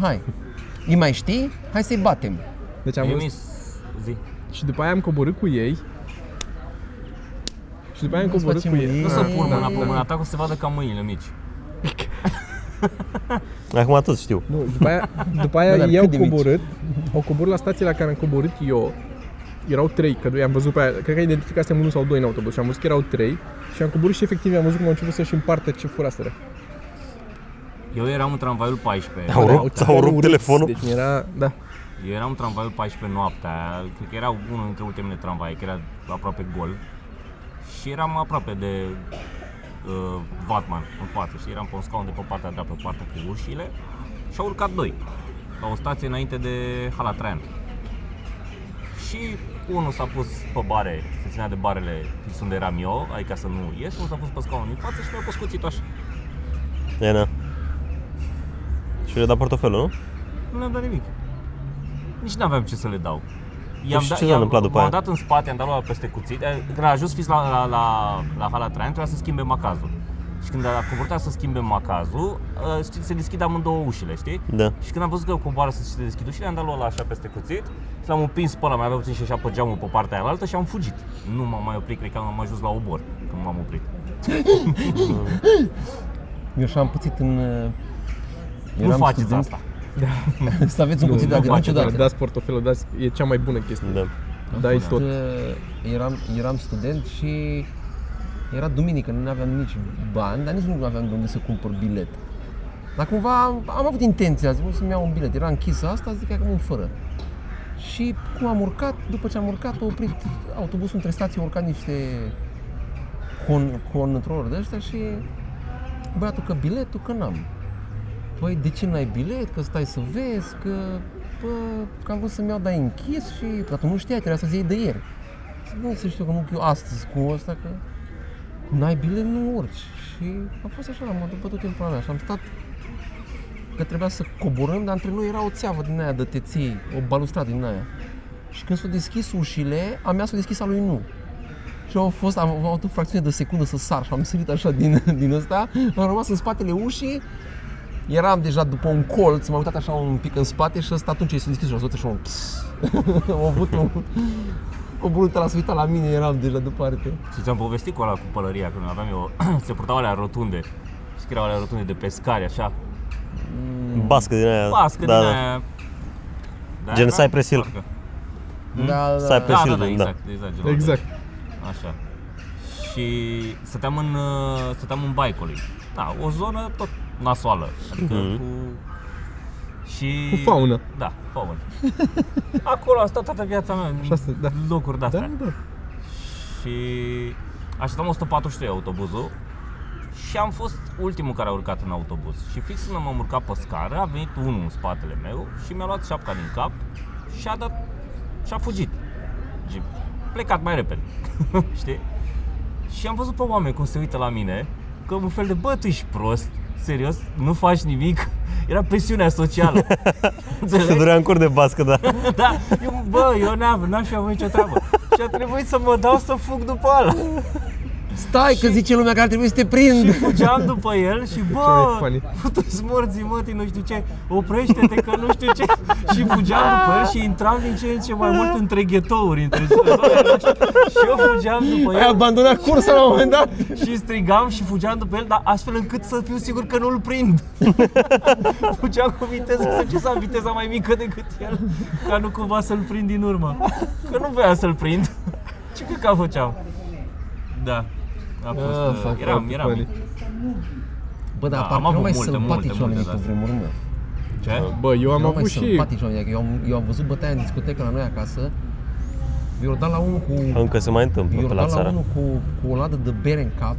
A: hai, îi mai știi? Hai să-i batem.
D: Deci am
B: Eu
D: văzut.
B: mi zi.
D: Și după aia am coborât cu ei. Și după aia am
A: Nu-ți
D: coborât
A: facem
D: cu ei.
A: nimic.
B: Nu să
A: Da,
B: pun
A: da,
B: mâna pe
A: da.
B: mâna ta, că o să se vadă ca mâinile mici.
C: Acum toți știu.
D: Nu, după aia, după
A: Da,
D: aia
A: dar
D: ei au
A: cât de mici?
D: coborât, au coborât la stația la care am coborât eu. Erau trei, că i-am văzut pe aia, cred că identificasem unul sau doi în autobuz și am văzut că erau trei și am coborât și efectiv am văzut cum au început să-și împartă ce furaseră.
B: Eu eram în tramvaiul 14.
C: Au
D: Au
C: rupt, au rupt
D: urât,
C: telefonul.
D: Deci era, da,
B: Eu eram în tramvaiul 14 noaptea, cred că era unul dintre ultimele tramvaie, că era aproape gol. Și eram aproape de uh, Vatman în față și eram pe un scaun de pe partea dreaptă, pe partea cu urșile și au urcat doi la o stație înainte de Halatrean. Și unul s-a pus pe bare, se ținea de barele fix unde eram eu, adică să nu ies, unul s-a pus pe scaunul din față și mi-a pus cuțitul așa.
C: E, na. Și le da portofelul, nu?
B: Nu le-am dat nimic. Nici nu aveam ce să le dau. I-am
C: Păi și
B: dat-
C: ce s-a
B: i-am-
C: întâmplat după
B: m-au
C: aia?
B: dat în spate, am dat luat peste cuțit. Eh, Când a ajuns fix la, la, la, la hala Traian, trebuia să schimbe macazul. Și când a coborât să schimbe macazul, eh, știi, se deschid amândouă ușile, știi?
C: Da.
B: Și când am văzut că coboară să se deschid ușile, am dat luat așa peste cuțit și l-am împins pe ăla, mai avea puțin și așa pe geamul pe partea aia altă și am fugit. Nu m-am mai oprit, cred că am ajuns la obor când m-am oprit.
A: Eu și-am pățit în... uh,
B: nu
A: eram
B: faceți
A: student.
B: asta.
A: Să aveți un cuțit de
B: nu
A: agricultură,
B: faceți
A: niciodată.
D: da. dați portofelul, dați, e cea mai bună chestie.
C: Da.
D: Dai
A: fost,
D: tot.
A: uh, Eram, eram student și era duminică, nu aveam nici bani, dar nici nu aveam de unde să cumpăr bilet. Dar cumva am, am avut intenția, zic, "O să-mi iau un bilet. Era închisă asta, zic, hai că mă fără. Și cum am urcat, după ce am urcat, a oprit autobusul între stații, au urcat niște con, controlori de ăștia și băiatul că bilet, tu că n-am. Păi de ce n-ai bilet? Că stai să vezi, că, bă, că am vrut să-mi iau, dar e închis și că tu nu știai, trebuia să-ți iei de ieri. Zic, Nu să știu că nu eu astăzi cu ăsta, că n-ai bilet, nu urci. Și a fost așa, m-am după tot timpul ăla și am stat că trebuia să coborâm, dar între noi era o țeavă din aia de te ții, o balustradă din aia. Și când s-au deschis ușile, a mea s-a deschis a lui nu. Și au fost, am, am avut o fracțiune de secundă să sar și am sărit așa din, din ăsta, am rămas în spatele ușii, eram deja după un colț, m-am uitat așa un pic în spate și ăsta atunci i s-a deschis și a zis, așa un pss. Am avut un... coborât, l-a uitat la mine, eram deja departe.
B: Și ți-am povestit cu ăla cu pălăria, când aveam eu, se purtau alea rotunde. Și erau alea rotunde de pescari, așa.
C: Bască din aia.
B: Pască
C: da,
B: din
C: da.
B: aia. Da,
C: Gen
B: da?
C: Cypress Hill.
B: Parcă.
D: Da,
C: Stai
B: Da,
C: pe
B: da, da,
C: Silver, da.
B: exact, exact. genul
D: Exact.
B: Așa. Și stăteam în, uh, stăteam în Baicului. Da, o zonă tot nasoală. Adică mm-hmm.
C: Mhm.
B: cu... Și...
D: Cu faună.
B: Da, faună. Acolo am stat toată viața mea, în
D: Așa este, da.
B: locuri
D: Da,
B: de-astea.
D: da.
B: Și așteptam 143 autobuzul și am fost ultimul care a urcat în autobuz. Și fix când m-am urcat pe scară, a venit unul în spatele meu și mi-a luat șapca din cap și a dat și a fugit. Și plecat mai repede. Știi? Și am văzut pe oameni cum se uită la mine, că un fel de bă, tu ești prost, serios, nu faci nimic. Era presiunea socială.
C: Se
B: Înțelegi?
C: durea în cur de bască, da.
B: da, eu, bă, eu n-am, n-aș fi avut nicio treabă. Și a trebuit să mă dau să fug după ala.
A: Stai că zice lumea că ar trebui să te
B: Și
A: prind!
B: fugeam după el și
D: mai
B: bă,
D: funny.
B: tu-ți morții mătii, nu știu ce, oprește-te că nu știu ce. Și fugeam după el și intram din ce în ce mai mult între ghetouri, între zonele noastre. Și eu fugeam după
A: Ai
B: el
A: abandonat cursa la un moment dat!
B: și strigam și fugeam după el, dar astfel încât să fiu sigur că nu-l prind. Fugeam cu viteză, să ce să am viteza mai mică decât el, ca nu cumva să-l prind din urmă. Că nu voiam să-l prind. Ce că făceam? Da. A fost,
A: Ah,
B: uh,
A: fac
B: eram,
A: foarte
B: eram,
D: funny.
A: Bă, dar
B: Da,
A: parcă
B: am
A: erau
B: avut
A: mai
B: multe, multe, da,
A: sălbatici
B: multe
A: oamenii
B: de
A: pe
B: astea.
A: vremuri, mă.
B: Ce?
D: Bă, eu am
A: Erau mai
D: avut și...
A: sălbatici oamenii, adică eu am, eu am văzut bătaia în discotecă la noi acasă. Eu dat la unul cu...
C: Încă se mai întâmplă
A: Eu
C: pe la
A: dat la
C: țară.
A: unul cu, cu o ladă de bere în cap,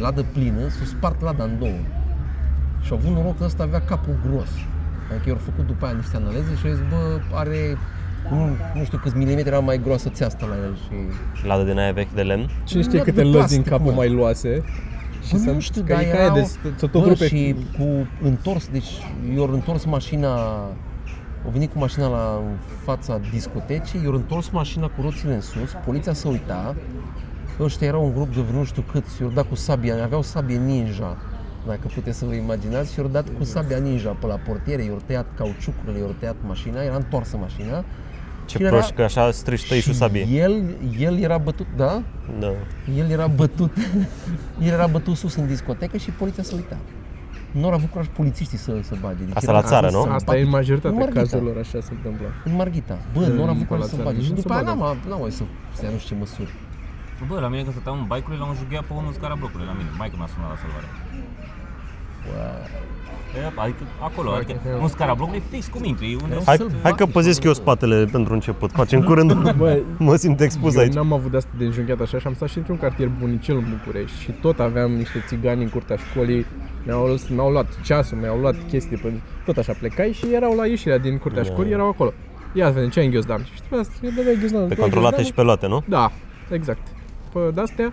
A: ladă plină, s-o spart lada în două. Și au avut noroc că ăsta avea capul gros. Adică i-au făcut după aia niște analize și au zis, bă, are nu, nu știu câți milimetri era mai groasă țeasta la el și...
C: Ladă din aia vechi de lemn.
D: Cine știe
A: Ia
D: câte
A: de
D: lăzi din
A: plastic,
D: capul
A: mă.
D: mai luase și
A: Bă,
D: să
A: Păi nu știu,
D: că
A: dar
D: e ca
A: erau...
D: aia de să tot
A: bă,
D: rupe
A: și cu întors, deci i-au întors mașina... Au venit cu mașina la în fața discotecii, i-au întors mașina cu roțile în sus, poliția se uita, ăștia erau un grup de vreo nu știu câți, i-au dat cu sabia, aveau sabie ninja, dacă puteți să vă imaginați, și i-au dat cu sabia ninja pe la portiere, i-au tăiat cauciucurile, i-au tăiat mașina, era întoarsă mașina.
C: Ce
A: Cine
C: proști
A: era-
C: că așa strici tăi și sabie.
A: El, el era bătut, da?
C: Da.
A: El era bătut, el era bătut sus în discotecă și poliția se uita. Nu au avut curaj polițiștii să se bage. Deci
C: Asta
A: era
C: la țară, nu?
A: sălbatic.
D: Asta e în majoritatea
A: Marghita.
D: cazurilor așa se întâmplă.
A: În Marghita. Bă, nu au avut
D: pe
A: curaj
D: la
A: să se
D: țară
A: bage. Și
D: nu se
A: după aia
D: bagă.
A: n-am av- n-am mai să se nu știu ce măsuri.
B: Bă, la mine când stăteam în bike l-am jugheat pe unul în scara blocului la mine. Mai mi-a sunat la salvare. E, Adică acolo, adică un scara blocului fix cum intri, unde
C: Hai,
A: Sălbatic,
C: hai că păzesc eu spatele pentru început. Facem curând.
D: Bă,
C: Mă simt expus
D: Eu
C: aici.
D: n-am avut de asta de înjunghiat așa și am stat și într-un cartier bunicel în București și tot aveam niște țigani în curtea școlii, mi-au, luat, mi-au luat ceasul, mi-au luat chestii, pe, tot așa plecai și erau la ieșirea din curtea școlii, erau acolo. Ia să vedem ce ai în ghiozdan. Și trebuia să îi dădeai ghiozdan.
C: Pe controlate și pe luate, nu?
D: Da, exact. Pe de-astea,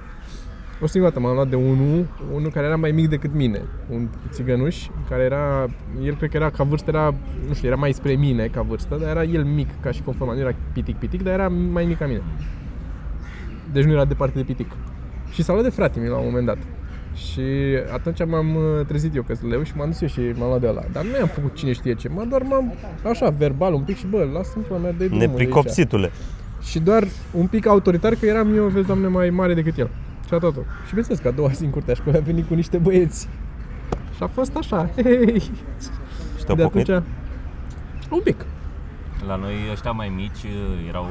D: o singură dată m-am luat de unul, unul care era mai mic decât mine, un țigănuș, care era, el cred că era ca vârstă, era, nu știu, era mai spre mine ca vârstă, dar era el mic ca și conform, nu era pitic-pitic, dar era mai mic ca mine. Deci nu era departe de pitic. Și s-a luat de frate mi la un moment dat. Și atunci m-am uh, trezit eu căsleu și m-am dus eu și m-am luat de ăla. Dar nu am făcut cine știe ce, mă, doar m-am, așa, verbal un pic și bă, lasă-mi pula mea de drumul de aici.
C: Nepricopsitule.
D: Și doar un pic autoritar că eram eu, vezi, doamne, mai mare decât el. Și atât. Și bineînțeles că a doua zi în curtea școlii a venit cu niște băieți. Și a fost așa. Hei.
C: Și te-au
D: De
C: pocnit?
D: atunci, un pic.
B: La noi ăștia mai mici uh, erau,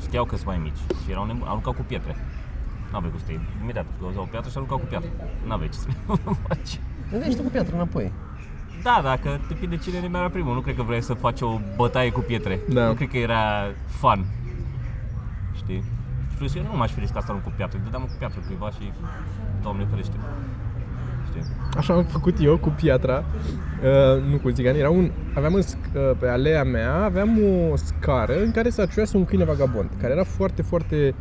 B: știau că sunt mai mici și erau nebuni, aruncat cu pietre. N-aveai cum să te imediat, că auzeau piatră și aruncau cu piatră. N-aveai ce să faci.
A: Vedeai cu piatră înapoi.
B: Da, dacă depinde cine ne era primul, nu cred că vrei să faci o bătaie cu pietre.
D: Da.
B: Nu cred că era fun. Știi? Și plus eu nu m-aș fi riscat să arunc cu piatră, dădeam cu piatră cuiva și Doamne ferește. Știi?
D: Așa am făcut eu cu piatra, uh, nu cu țigani, era un, aveam în, sc- uh, pe alea mea, aveam o scară în care s-a cioase un câine vagabond, care era foarte, foarte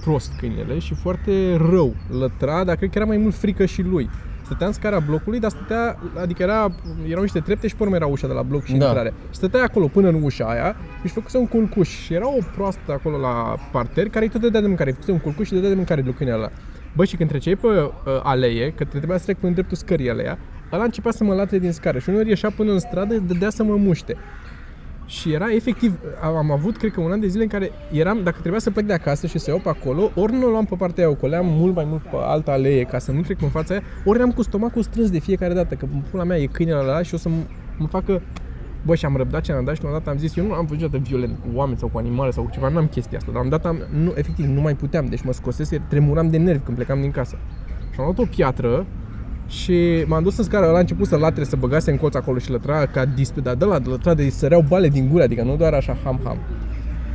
D: prost câinele și foarte rău, lătra, dar cred că era mai mult frică și lui. Stătea în scara blocului, dar stătea, adică era, erau niște trepte și pe urmă era ușa de la bloc și
A: Da.
D: da. intrare. Și stătea acolo până în ușa aia și își făcuse un culcuș. Și era o proastă acolo la parter care îi tot dădea de mâncare, îi făcuse un culcuș și dădea de mâncare lui câinele ăla. Bă, și când treceai pe uh, aleie, că trebuia să trec până în dreptul scării aleia, ăla începea să mă latre din scară și uneori ieșea până în stradă, dădea să mă muște. Și era efectiv, am am avut cred că un an de zile în care eram, dacă trebuia să plec de acasă și să iau pe acolo, ori nu o luam pe partea aia, o coleam mult mai mult pe alta alee ca să nu trec în fața aia, ori eram cu stomacul strâns de fiecare dată, că pula mea e câinele la și o să mă, mă facă Bă, și am răbdat ce am dat și la un dat am zis, eu nu am fost niciodată violent cu oameni sau cu animale sau cu ceva, n-am chestia asta, dar am dat, am, nu, efectiv, nu mai puteam, deci mă scosese, tremuram de nervi când plecam din casă. Și am luat o piatră și m-am dus în scară, la început să latre, să băgase în colț acolo și lătra ca dispe, dar de la lătra de săreau bale din gură, adică nu doar așa ham-ham.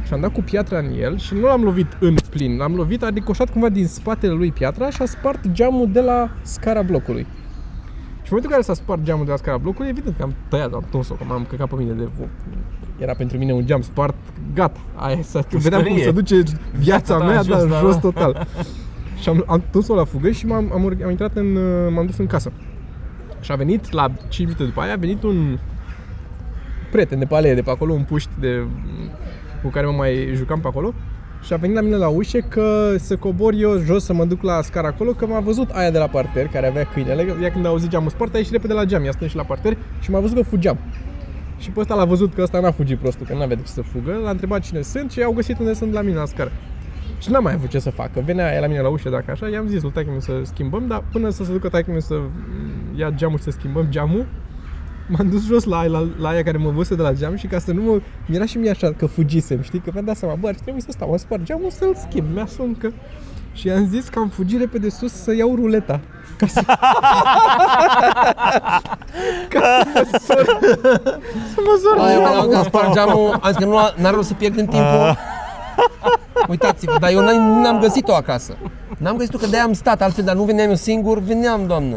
D: Și am dat cu piatra în el și nu l-am lovit în plin, l-am lovit, a ricoșat cumva din spatele lui piatra și a spart geamul de la scara blocului. Și în momentul în care s-a spart geamul de la scara blocului, evident că am tăiat, am tuns-o, că m-am căcat pe mine de... Era pentru mine un geam spart, gata, aia să vedeam cum
B: Pușcărie.
D: se duce viața
B: Da,
D: mea,
B: jos,
D: dar
B: da,
D: jos
B: da.
D: total. și am, am tuns-o la fugă și m-am, am, urc- am intrat în, uh, m-am dus în casă. Și a venit, la 5 minute după aia, a venit un prieten de pe alee, de pe acolo, un puști de, cu care mă mai jucam pe acolo. Și a venit la mine la ușă că să cobor eu jos să mă duc la scara acolo, că m-a văzut aia de la parter, care avea câinele. Ea când a auzit geamul spart, a ieșit repede la geam, i-a stâns și la parter și m-a văzut că fugeam. Și pe ăsta l-a văzut că ăsta n-a fugit prostul, că n-avea de ce să fugă, l-a întrebat cine sunt și au găsit unde sunt la mine la scară. Și n-am mai avut ce să fac, că venea ea la mine la ușă dacă așa, i-am zis lui taică să schimbăm, dar până să se ducă taică să ia geamul și să schimbăm geamul, m-am dus jos la, la, la aia care mă văzuse de la geam și ca să nu mă... Mi-era și mie așa că fugisem, știi? Că mi-am dat seama, bă, ar fi trebuit să stau, mă spart geamul să-l schimb, mi-a sună că... Și i-am zis că am fugit repede sus să iau ruleta. Ca să... ca să mă sor... să mă sor
A: Aia,
D: geamul.
A: mă, că am spart geamul, am zis că nu a- n-are rost să pierd în timpul.
C: Ah.
A: Uitați-vă, dar eu n-am, n-am găsit-o acasă. N-am găsit-o, că de-aia am stat, altfel, dar nu veneam eu singur, veneam,
C: Ah.
A: doamnă.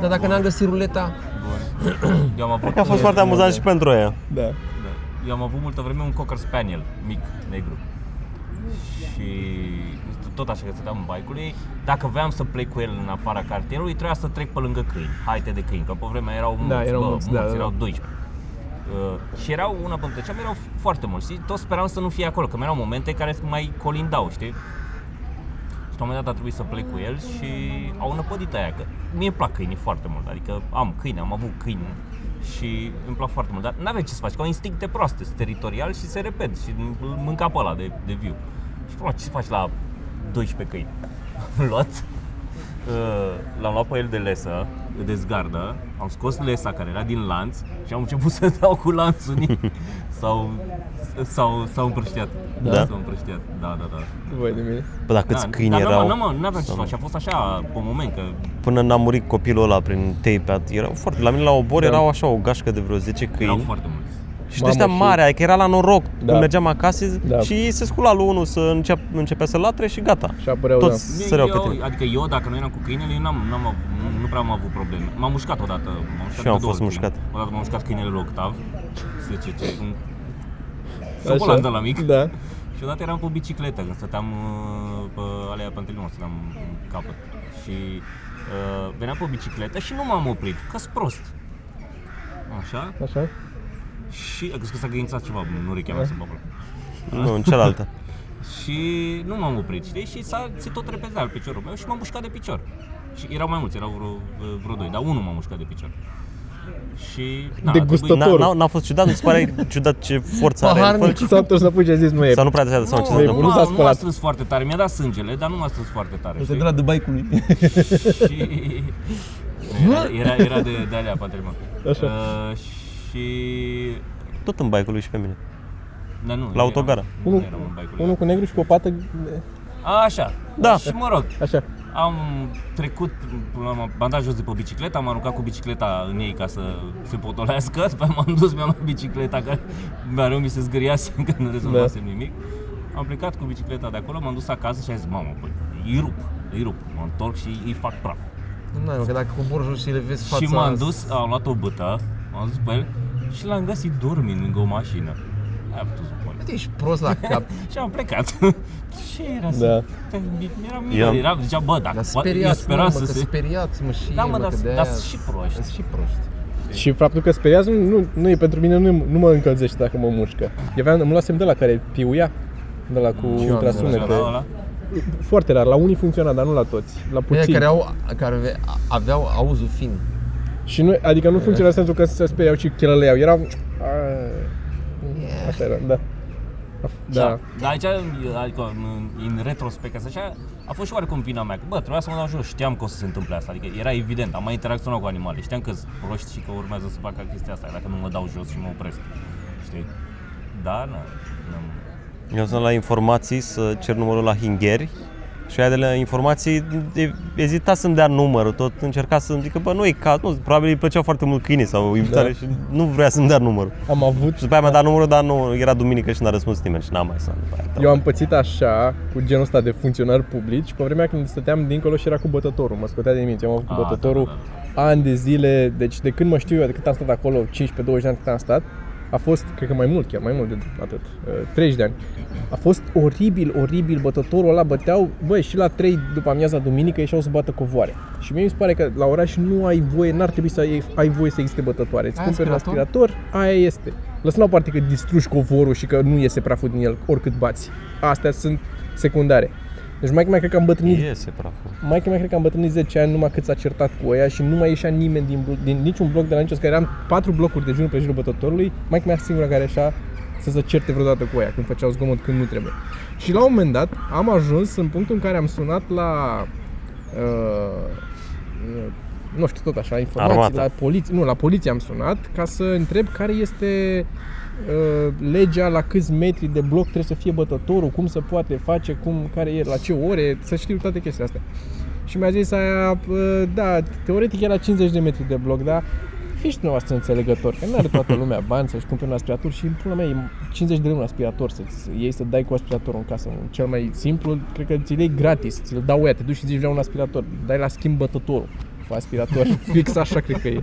A: Dar dacă n-am găsit ruleta,
B: Eu am avut,
C: Că a fost foarte amuzant și pentru aia.
D: Da.
B: eu am avut multă vreme un cocker spaniel mic, negru. Și tot așa că stăteam în baicul ei, dacă voiam să plec cu el în afara cartierului, trebuia să trec pe lângă câini, haite de câini, că pe vremea erau mulți,
D: erau
B: bă,
D: mulți, da, da,
B: erau
D: da.
B: 12. Uh, și erau una pe treceam, erau foarte mulți și toți speram să nu fie acolo, că mai erau momente care mai colindau, știi? Și la un moment dat a trebuit să plec cu el și au năpădit aia, că mie îmi plac câinii foarte mult, adică am câini, am avut câini și îmi plac foarte mult, dar n-aveai ce să faci, că au instincte proaste, sunt teritorial și se repet și îl mânca pe ăla de, de viu. Și până la ce să faci la 12 câini? Am luat, uh, l-am luat pe el de lesă, de zgardă, am scos lesa care era din lanț și am început să dau cu lanțul în ei. S-au, s-au, s-au împrăștiat.
C: Da?
B: S-au împrăștiat, da, da, da.
D: Voi de mine.
C: Bă, dacă ți
B: Da,
C: câini
B: dar
C: erau...
B: Nu, nu, nu aveam ce să fac, și a fost așa, pe moment, că
C: Până n-a murit copilul ăla prin tape erau foarte, La mine la obor
D: Da.
C: erau așa o gașcă de vreo 10
B: erau
C: câini
B: foarte mulți.
C: Și de
D: Mamă,
C: ăștia
D: și-
C: mare, adică era la noroc da.
D: Da.
C: Când mergeam acasă
D: Da.
C: da. și se scula lui unul să încep, începea să latre și gata
D: Și apăreau,
C: Toți
D: da.
C: săreau pe
B: eu,
C: tine
B: adică eu, dacă nu eram cu câinele, eu n-am, n-am, av- nu- nu prea am avut probleme. M-am mușcat odată. M-am mușcat
C: Și eu am
B: de două
C: fost
B: ori
C: mușcat.
B: Câine. Odată m-am mușcat câinele lui Octav. Se ce ce... un-
D: Așa.
B: Socolan de la mic.
D: Da.
B: Și odată eram pe bicicletă, când stăteam uh, pe alea Pantelimon, stăteam în capăt. Și uh, veneam pe bicicletă și nu m-am oprit, că sunt prost. Așa?
D: Așa?
B: Și... Că s-a găințat ceva în urechea
D: Da.
B: mea să mă acolo.
C: Nu, în cealaltă
B: Și nu m-am oprit, știi? Și s-a, se tot repezea al piciorul meu și m-am mușcat de picior. Și erau mai mulți, erau vreo, vreo doi, dar unul m-a mușcat de picior. Și... na, a
D: Degustător.
B: trebuit-
C: N-a- N-a, n-a fost ciudat, mi se pare ciudat ce forță are în
A: Paharnic.
C: fălci
D: S-a întors înapoi și a zis, nu e.
C: Sau nu prea de sau ce
B: Nu,
C: se
B: nu,
C: întâmplă
D: nu s-a
B: m-a, nu m-a
D: spălat.
B: strâns foarte tare, mi-a dat sângele, dar nu m-a strâns foarte tare. știi?
A: la Dubaicului.
B: și... Era, era, era de, de alea, Patrimon.
D: Așa.
B: Uh, și...
C: Tot în baicul lui și pe mine
B: Da, nu,
C: La autogară.
B: Unul,
D: Unul- Unul cu negru și cu o pată,
B: Așa.
C: Da.
B: Și mă rog,
D: așa.
B: Am trecut, am bandat jos de pe bicicletă, am aruncat cu bicicleta în ei ca să se potolească, după aia m-am dus, mi-am luat bicicleta, că mereu mi se zgâriase că nu rezolvasem
A: Da.
B: nimic. Am plecat cu bicicleta de acolo, m-am dus acasă și am zis, mamă, păi, îi rup, îi rup, mă întorc și îi fac praf.
A: Nu, mă, că dacă cobor jos și le vezi fața...
B: Și m-am dus, am luat o bătă, m-am dus pe el și l-am găsit dormind lângă o mașină. Aia putut să pun.
A: Tu ești prost la cap.
B: Și am plecat. Ce
D: Da.
B: era să... Era milă,
C: Eram-
B: era, zicea, bă, dacă
A: Dar
B: poate- eu
A: speriați, mă,
B: speram
A: mă,
B: să
A: că
B: se...
A: speriați, mă, și
B: Da,
A: ei,
B: mă, dar
A: că
B: dar
A: de-aia-
B: sunt și proști.
A: Sunt și proști.
D: Și faptul că speriați nu, nu, nu e pentru mine, nu, nu mă încălzește dacă mă mușcă. Eu aveam, îmi luasem de la care piuia, de la cu
A: Și eu am
D: ultrasunete.
B: Ăla, ăla.
D: Foarte rar, la unii funcționa, dar nu la toți, la
A: Puțin.
D: puțini.
A: care, au, care ave- aveau auzul fin.
D: Și nu, adică nu funcționa în sensul că se speriau și chelăleiau, erau... Asta era, da. Da.
B: Dar aici, adică, în, în retrospect, ca să așa, a fost și oarecum vina mea. că, Bă, trebuia să mă dau jos, știam că o să se întâmple asta. Adică era evident, am mai interacționat cu animale, știam că sunt proști și că urmează să facă chestia asta, dacă nu mă dau jos și mă opresc. Știi? Da, nu.
C: Eu sunt la informații să cer numărul la hingheri și aia de la informații e- ezita să-mi dea numărul, tot încerca să-mi zică, bă, nu e caz, nu, probabil îi plăceau foarte mult câinii sau invitare da. și nu vrea să-mi dea numărul.
D: Am avut
C: Și după aia mi-a dat numărul, dar nu, era duminică și n-a răspuns nimeni și n-am mai sunat după aia. Da.
D: Eu am pățit așa cu genul ăsta de funcționari publici pe vremea când stăteam dincolo și era cu bătătorul, mă scotea de minți, eu am avut cu
B: Ah, da,
D: bătătorul
B: da,
D: ani de zile, deci de când mă știu eu, de cât am stat acolo, 15-20 de ani cât am stat, a fost, cred că mai mult chiar, mai mult de atât, uh, 30 de ani. A fost oribil, oribil, bătătorul ăla băteau, băi, și la 3 după amiaza duminică ieșeau să bată covoare. Și mie mi se pare că la oraș nu ai voie, n-ar trebui să ai, ai voie să existe bătătoare. Îți
A: Ai
D: cumperi un
A: aspirator?
D: aspirator, aia este. Lăsăm la o parte că distrugi covorul și că nu iese praful din el oricât bați. Astea sunt secundare. Deci mai mai cred că am bătrânit
C: Iese praful.
D: mai că mai cred că am bătrânit 10 ani numai cât s-a certat cu ea și nu mai ieșea nimeni din, blo- din niciun bloc de la nicio scară. Eram patru blocuri de jur pe jurul bătătorului, mai că mai era singura care ieșea să se certe vreodată cu ea, când făceau zgomot, când nu trebuie. Și la un moment dat am ajuns în punctul în care am sunat la uh, nu știu, tot așa, informații, da,
C: Armată.
D: la poliție, nu, la poliție am sunat ca să întreb care este uh, legea la câți metri de bloc trebuie să fie bătătorul, cum se poate face, cum, care e, la ce ore, să știu toate chestiile astea. Și mi-a zis aia, "Bă, da, teoretic era 50 de metri de bloc, dar fiți dumneavoastră înțelegător, că nu are toată lumea bani să-și cumpere un aspirator și în pula mea e 50 de lei un aspirator să-ți iei să dai cu aspiratorul în casă. Un Cel mai simplu, cred că ți-l iei gratis, ți-l dau ea, te duci și zici vreau un aspirator, dai la schimb bătătorul cu aspirator, fix așa cred că e.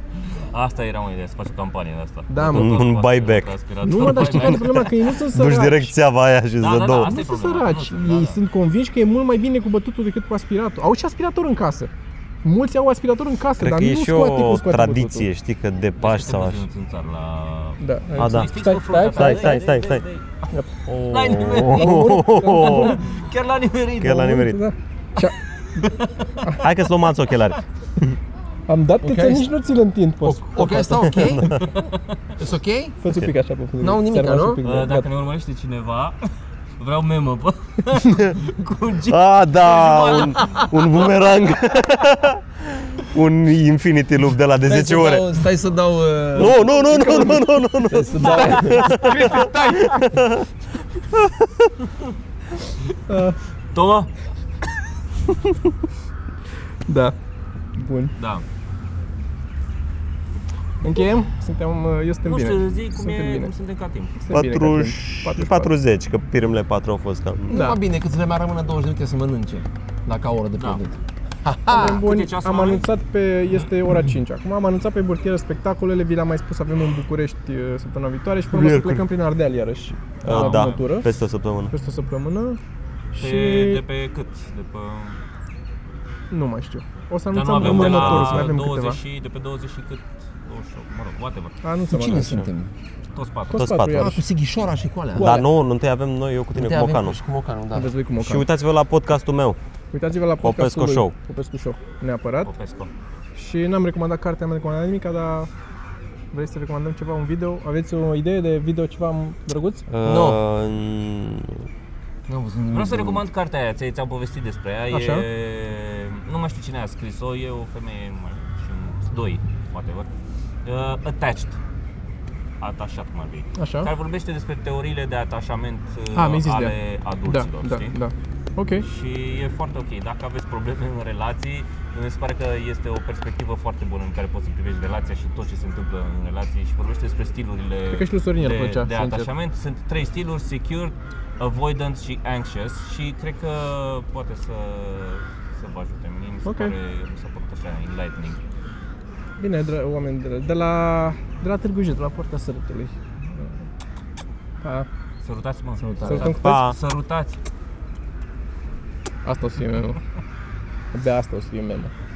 B: Asta era o idee, să faci o campanie de asta.
D: Da, mă.
C: Un- un
B: Aspirator,
C: buyback.
B: aspirator,
D: Nu mă, dar știi care e
B: buyback.
D: problema? Că ei nu sunt săraci.
C: Duci direct țeava aia și
B: Da,
C: îți dă
B: da,
C: două.
B: da, asta
D: Nu
B: e
D: sunt
B: problema.
D: săraci.
B: Nu sunt, da,
D: Ei
B: da.
D: sunt convinși că e mult mai bine cu bătutul decât cu aspirator. Au și aspirator în casă. Mulți au aspirator în casă,
C: Cred
D: dar
C: că
D: nu
C: e și
D: scoate cum
C: o
D: scoate
C: tradiție, știi, că de Paști sau
B: Te
C: așa.
B: duci în țânțar la
D: Bătutul. Da.
C: A, da.
B: Stai,
D: Stai,
B: stai, stai,
C: stai,
B: stai, stai,
C: stai, stai,
B: stai,
C: stai.
B: stai. N-ai
C: Oh.
B: nimerit.
C: Oh.
B: Chiar l-a nimerit.
C: Chiar l-a nimerit.
D: Da.
C: Hai că-ți luăm alți ochelari.
D: Am dat că
A: Ok.
D: ți nici nu ți-l întind pe
A: Ok, asta ok? It's ok?
D: Fă-ți un pic așa pe fundul.
A: N-au nimic,
D: Ți-ar
A: nu?
D: rămas un pic, da.
B: Uh, Dacă ne urmărește cineva, vreau memă, bă. Cu un G.
C: Ah, da, un, un bumerang. un infinity loop de la de 10 ore.
A: Stai să dau... uh,
C: Nu, nu, nu, nu, nu, nu, nu, nu.
D: Să dau-
B: Toma?
D: Da. Bun.
B: Da.
D: Încheiem? Suntem, uh, eu suntem
B: Nu
D: bine.
B: știu, zi cum,
D: Suntem
B: e,
D: bine.
B: cum suntem ca timp.
D: Suntem bine, Cătălin.
C: 40, 40, că primele 4 au fost cam.
A: Da.
D: Da.
A: Mai bine că să mai rămână 20 de minute să mănânce, dacă au oră de
B: Da.
A: plătit.
D: Oameni buni,
B: Cât e ceasul,
D: am
B: oameni?
D: anunțat pe, este ora 5 acum, am anunțat pe burtieră spectacolele, vi l-am mai spus, avem în București uh, săptămâna viitoare și până să
C: Miercuri.
D: plecăm prin Ardeal iarăși, la
C: da,
D: vânătură,
C: peste o săptămână.
D: peste o săptămână și
B: Pe, de pe cât? De pe...
D: nu mai știu. O să
B: Dar nu
D: anunțăm
B: avem de
D: următorul, să mai
B: la
D: avem
B: 20
D: câteva.
B: și, de pe 20 și cât? 28, mă rog, whatever.
A: Cu
D: Anunțăm
A: cine
D: anunțăm.
A: suntem?
B: Toți patru.
D: Toți
C: Toți
D: patru,
C: patru.
A: Ah,
D: iarăși.
A: cu Sighișoara și cu alea.
D: Cu-
C: Dar nu, nu te avem noi, eu cu tine,
A: Te
C: cu
A: avem
C: Mocanu.
A: Și cu Mocanul, da.
D: Aveți voi cu
C: Și
D: Mocan.
C: uitați-vă la podcastul meu.
D: Uitați-vă la podcastul
C: Popescu
D: lui
C: Show.
D: Popescu Show, neapărat.
B: Popesco.
D: Și n-am recomandat cartea, am recomandat nimic, dar vrei să recomandăm ceva, un video? Aveți o idee de video ceva drăguț?
A: Nu.
C: Uh,
A: N-am văzut nimic.
B: Vreau să recomand cartea aia, ți-ai- ți-am povestit despre ea.
D: Mm-hmm. Așa.
B: E... Nu mai știu cine a scris-o, e o femeie, nu mai știu, și un- sunt doi, whatever. Uh, attached. Atașat, cum ar fi.
D: Așa.
B: Care vorbește despre teoriile de atașament uh,
D: Ah, mi-ai zis de
B: ale
D: ea. Da,
B: adulților,
D: da,
B: știi?
D: da. Ok.
B: Și e foarte ok. Dacă aveți probleme în relații, mi se pare că este o perspectivă foarte bună în care poți să privești relația și tot ce se întâmplă în relații și vorbește despre stilurile
D: că și lui Sorin ar
B: de,
D: plăcea,
B: de
D: sincer.
B: atașament. Sunt trei stiluri, secured, avoidant și anxious și cred că poate să, să vă ajute. Mie mi se
D: Ok.
B: pare, mi s-a părut așa enlightening.
D: Bine, dra- oameni dragi, de la, de la Târgu Jiu, de la Poarta Sărătului. Pa.
B: Sărutați, mă!
A: Sărutare.
D: Sărutăm cu toți.
C: pa!
B: Sărutați!
D: Asta o să fie memă. Abia asta o să fie memă.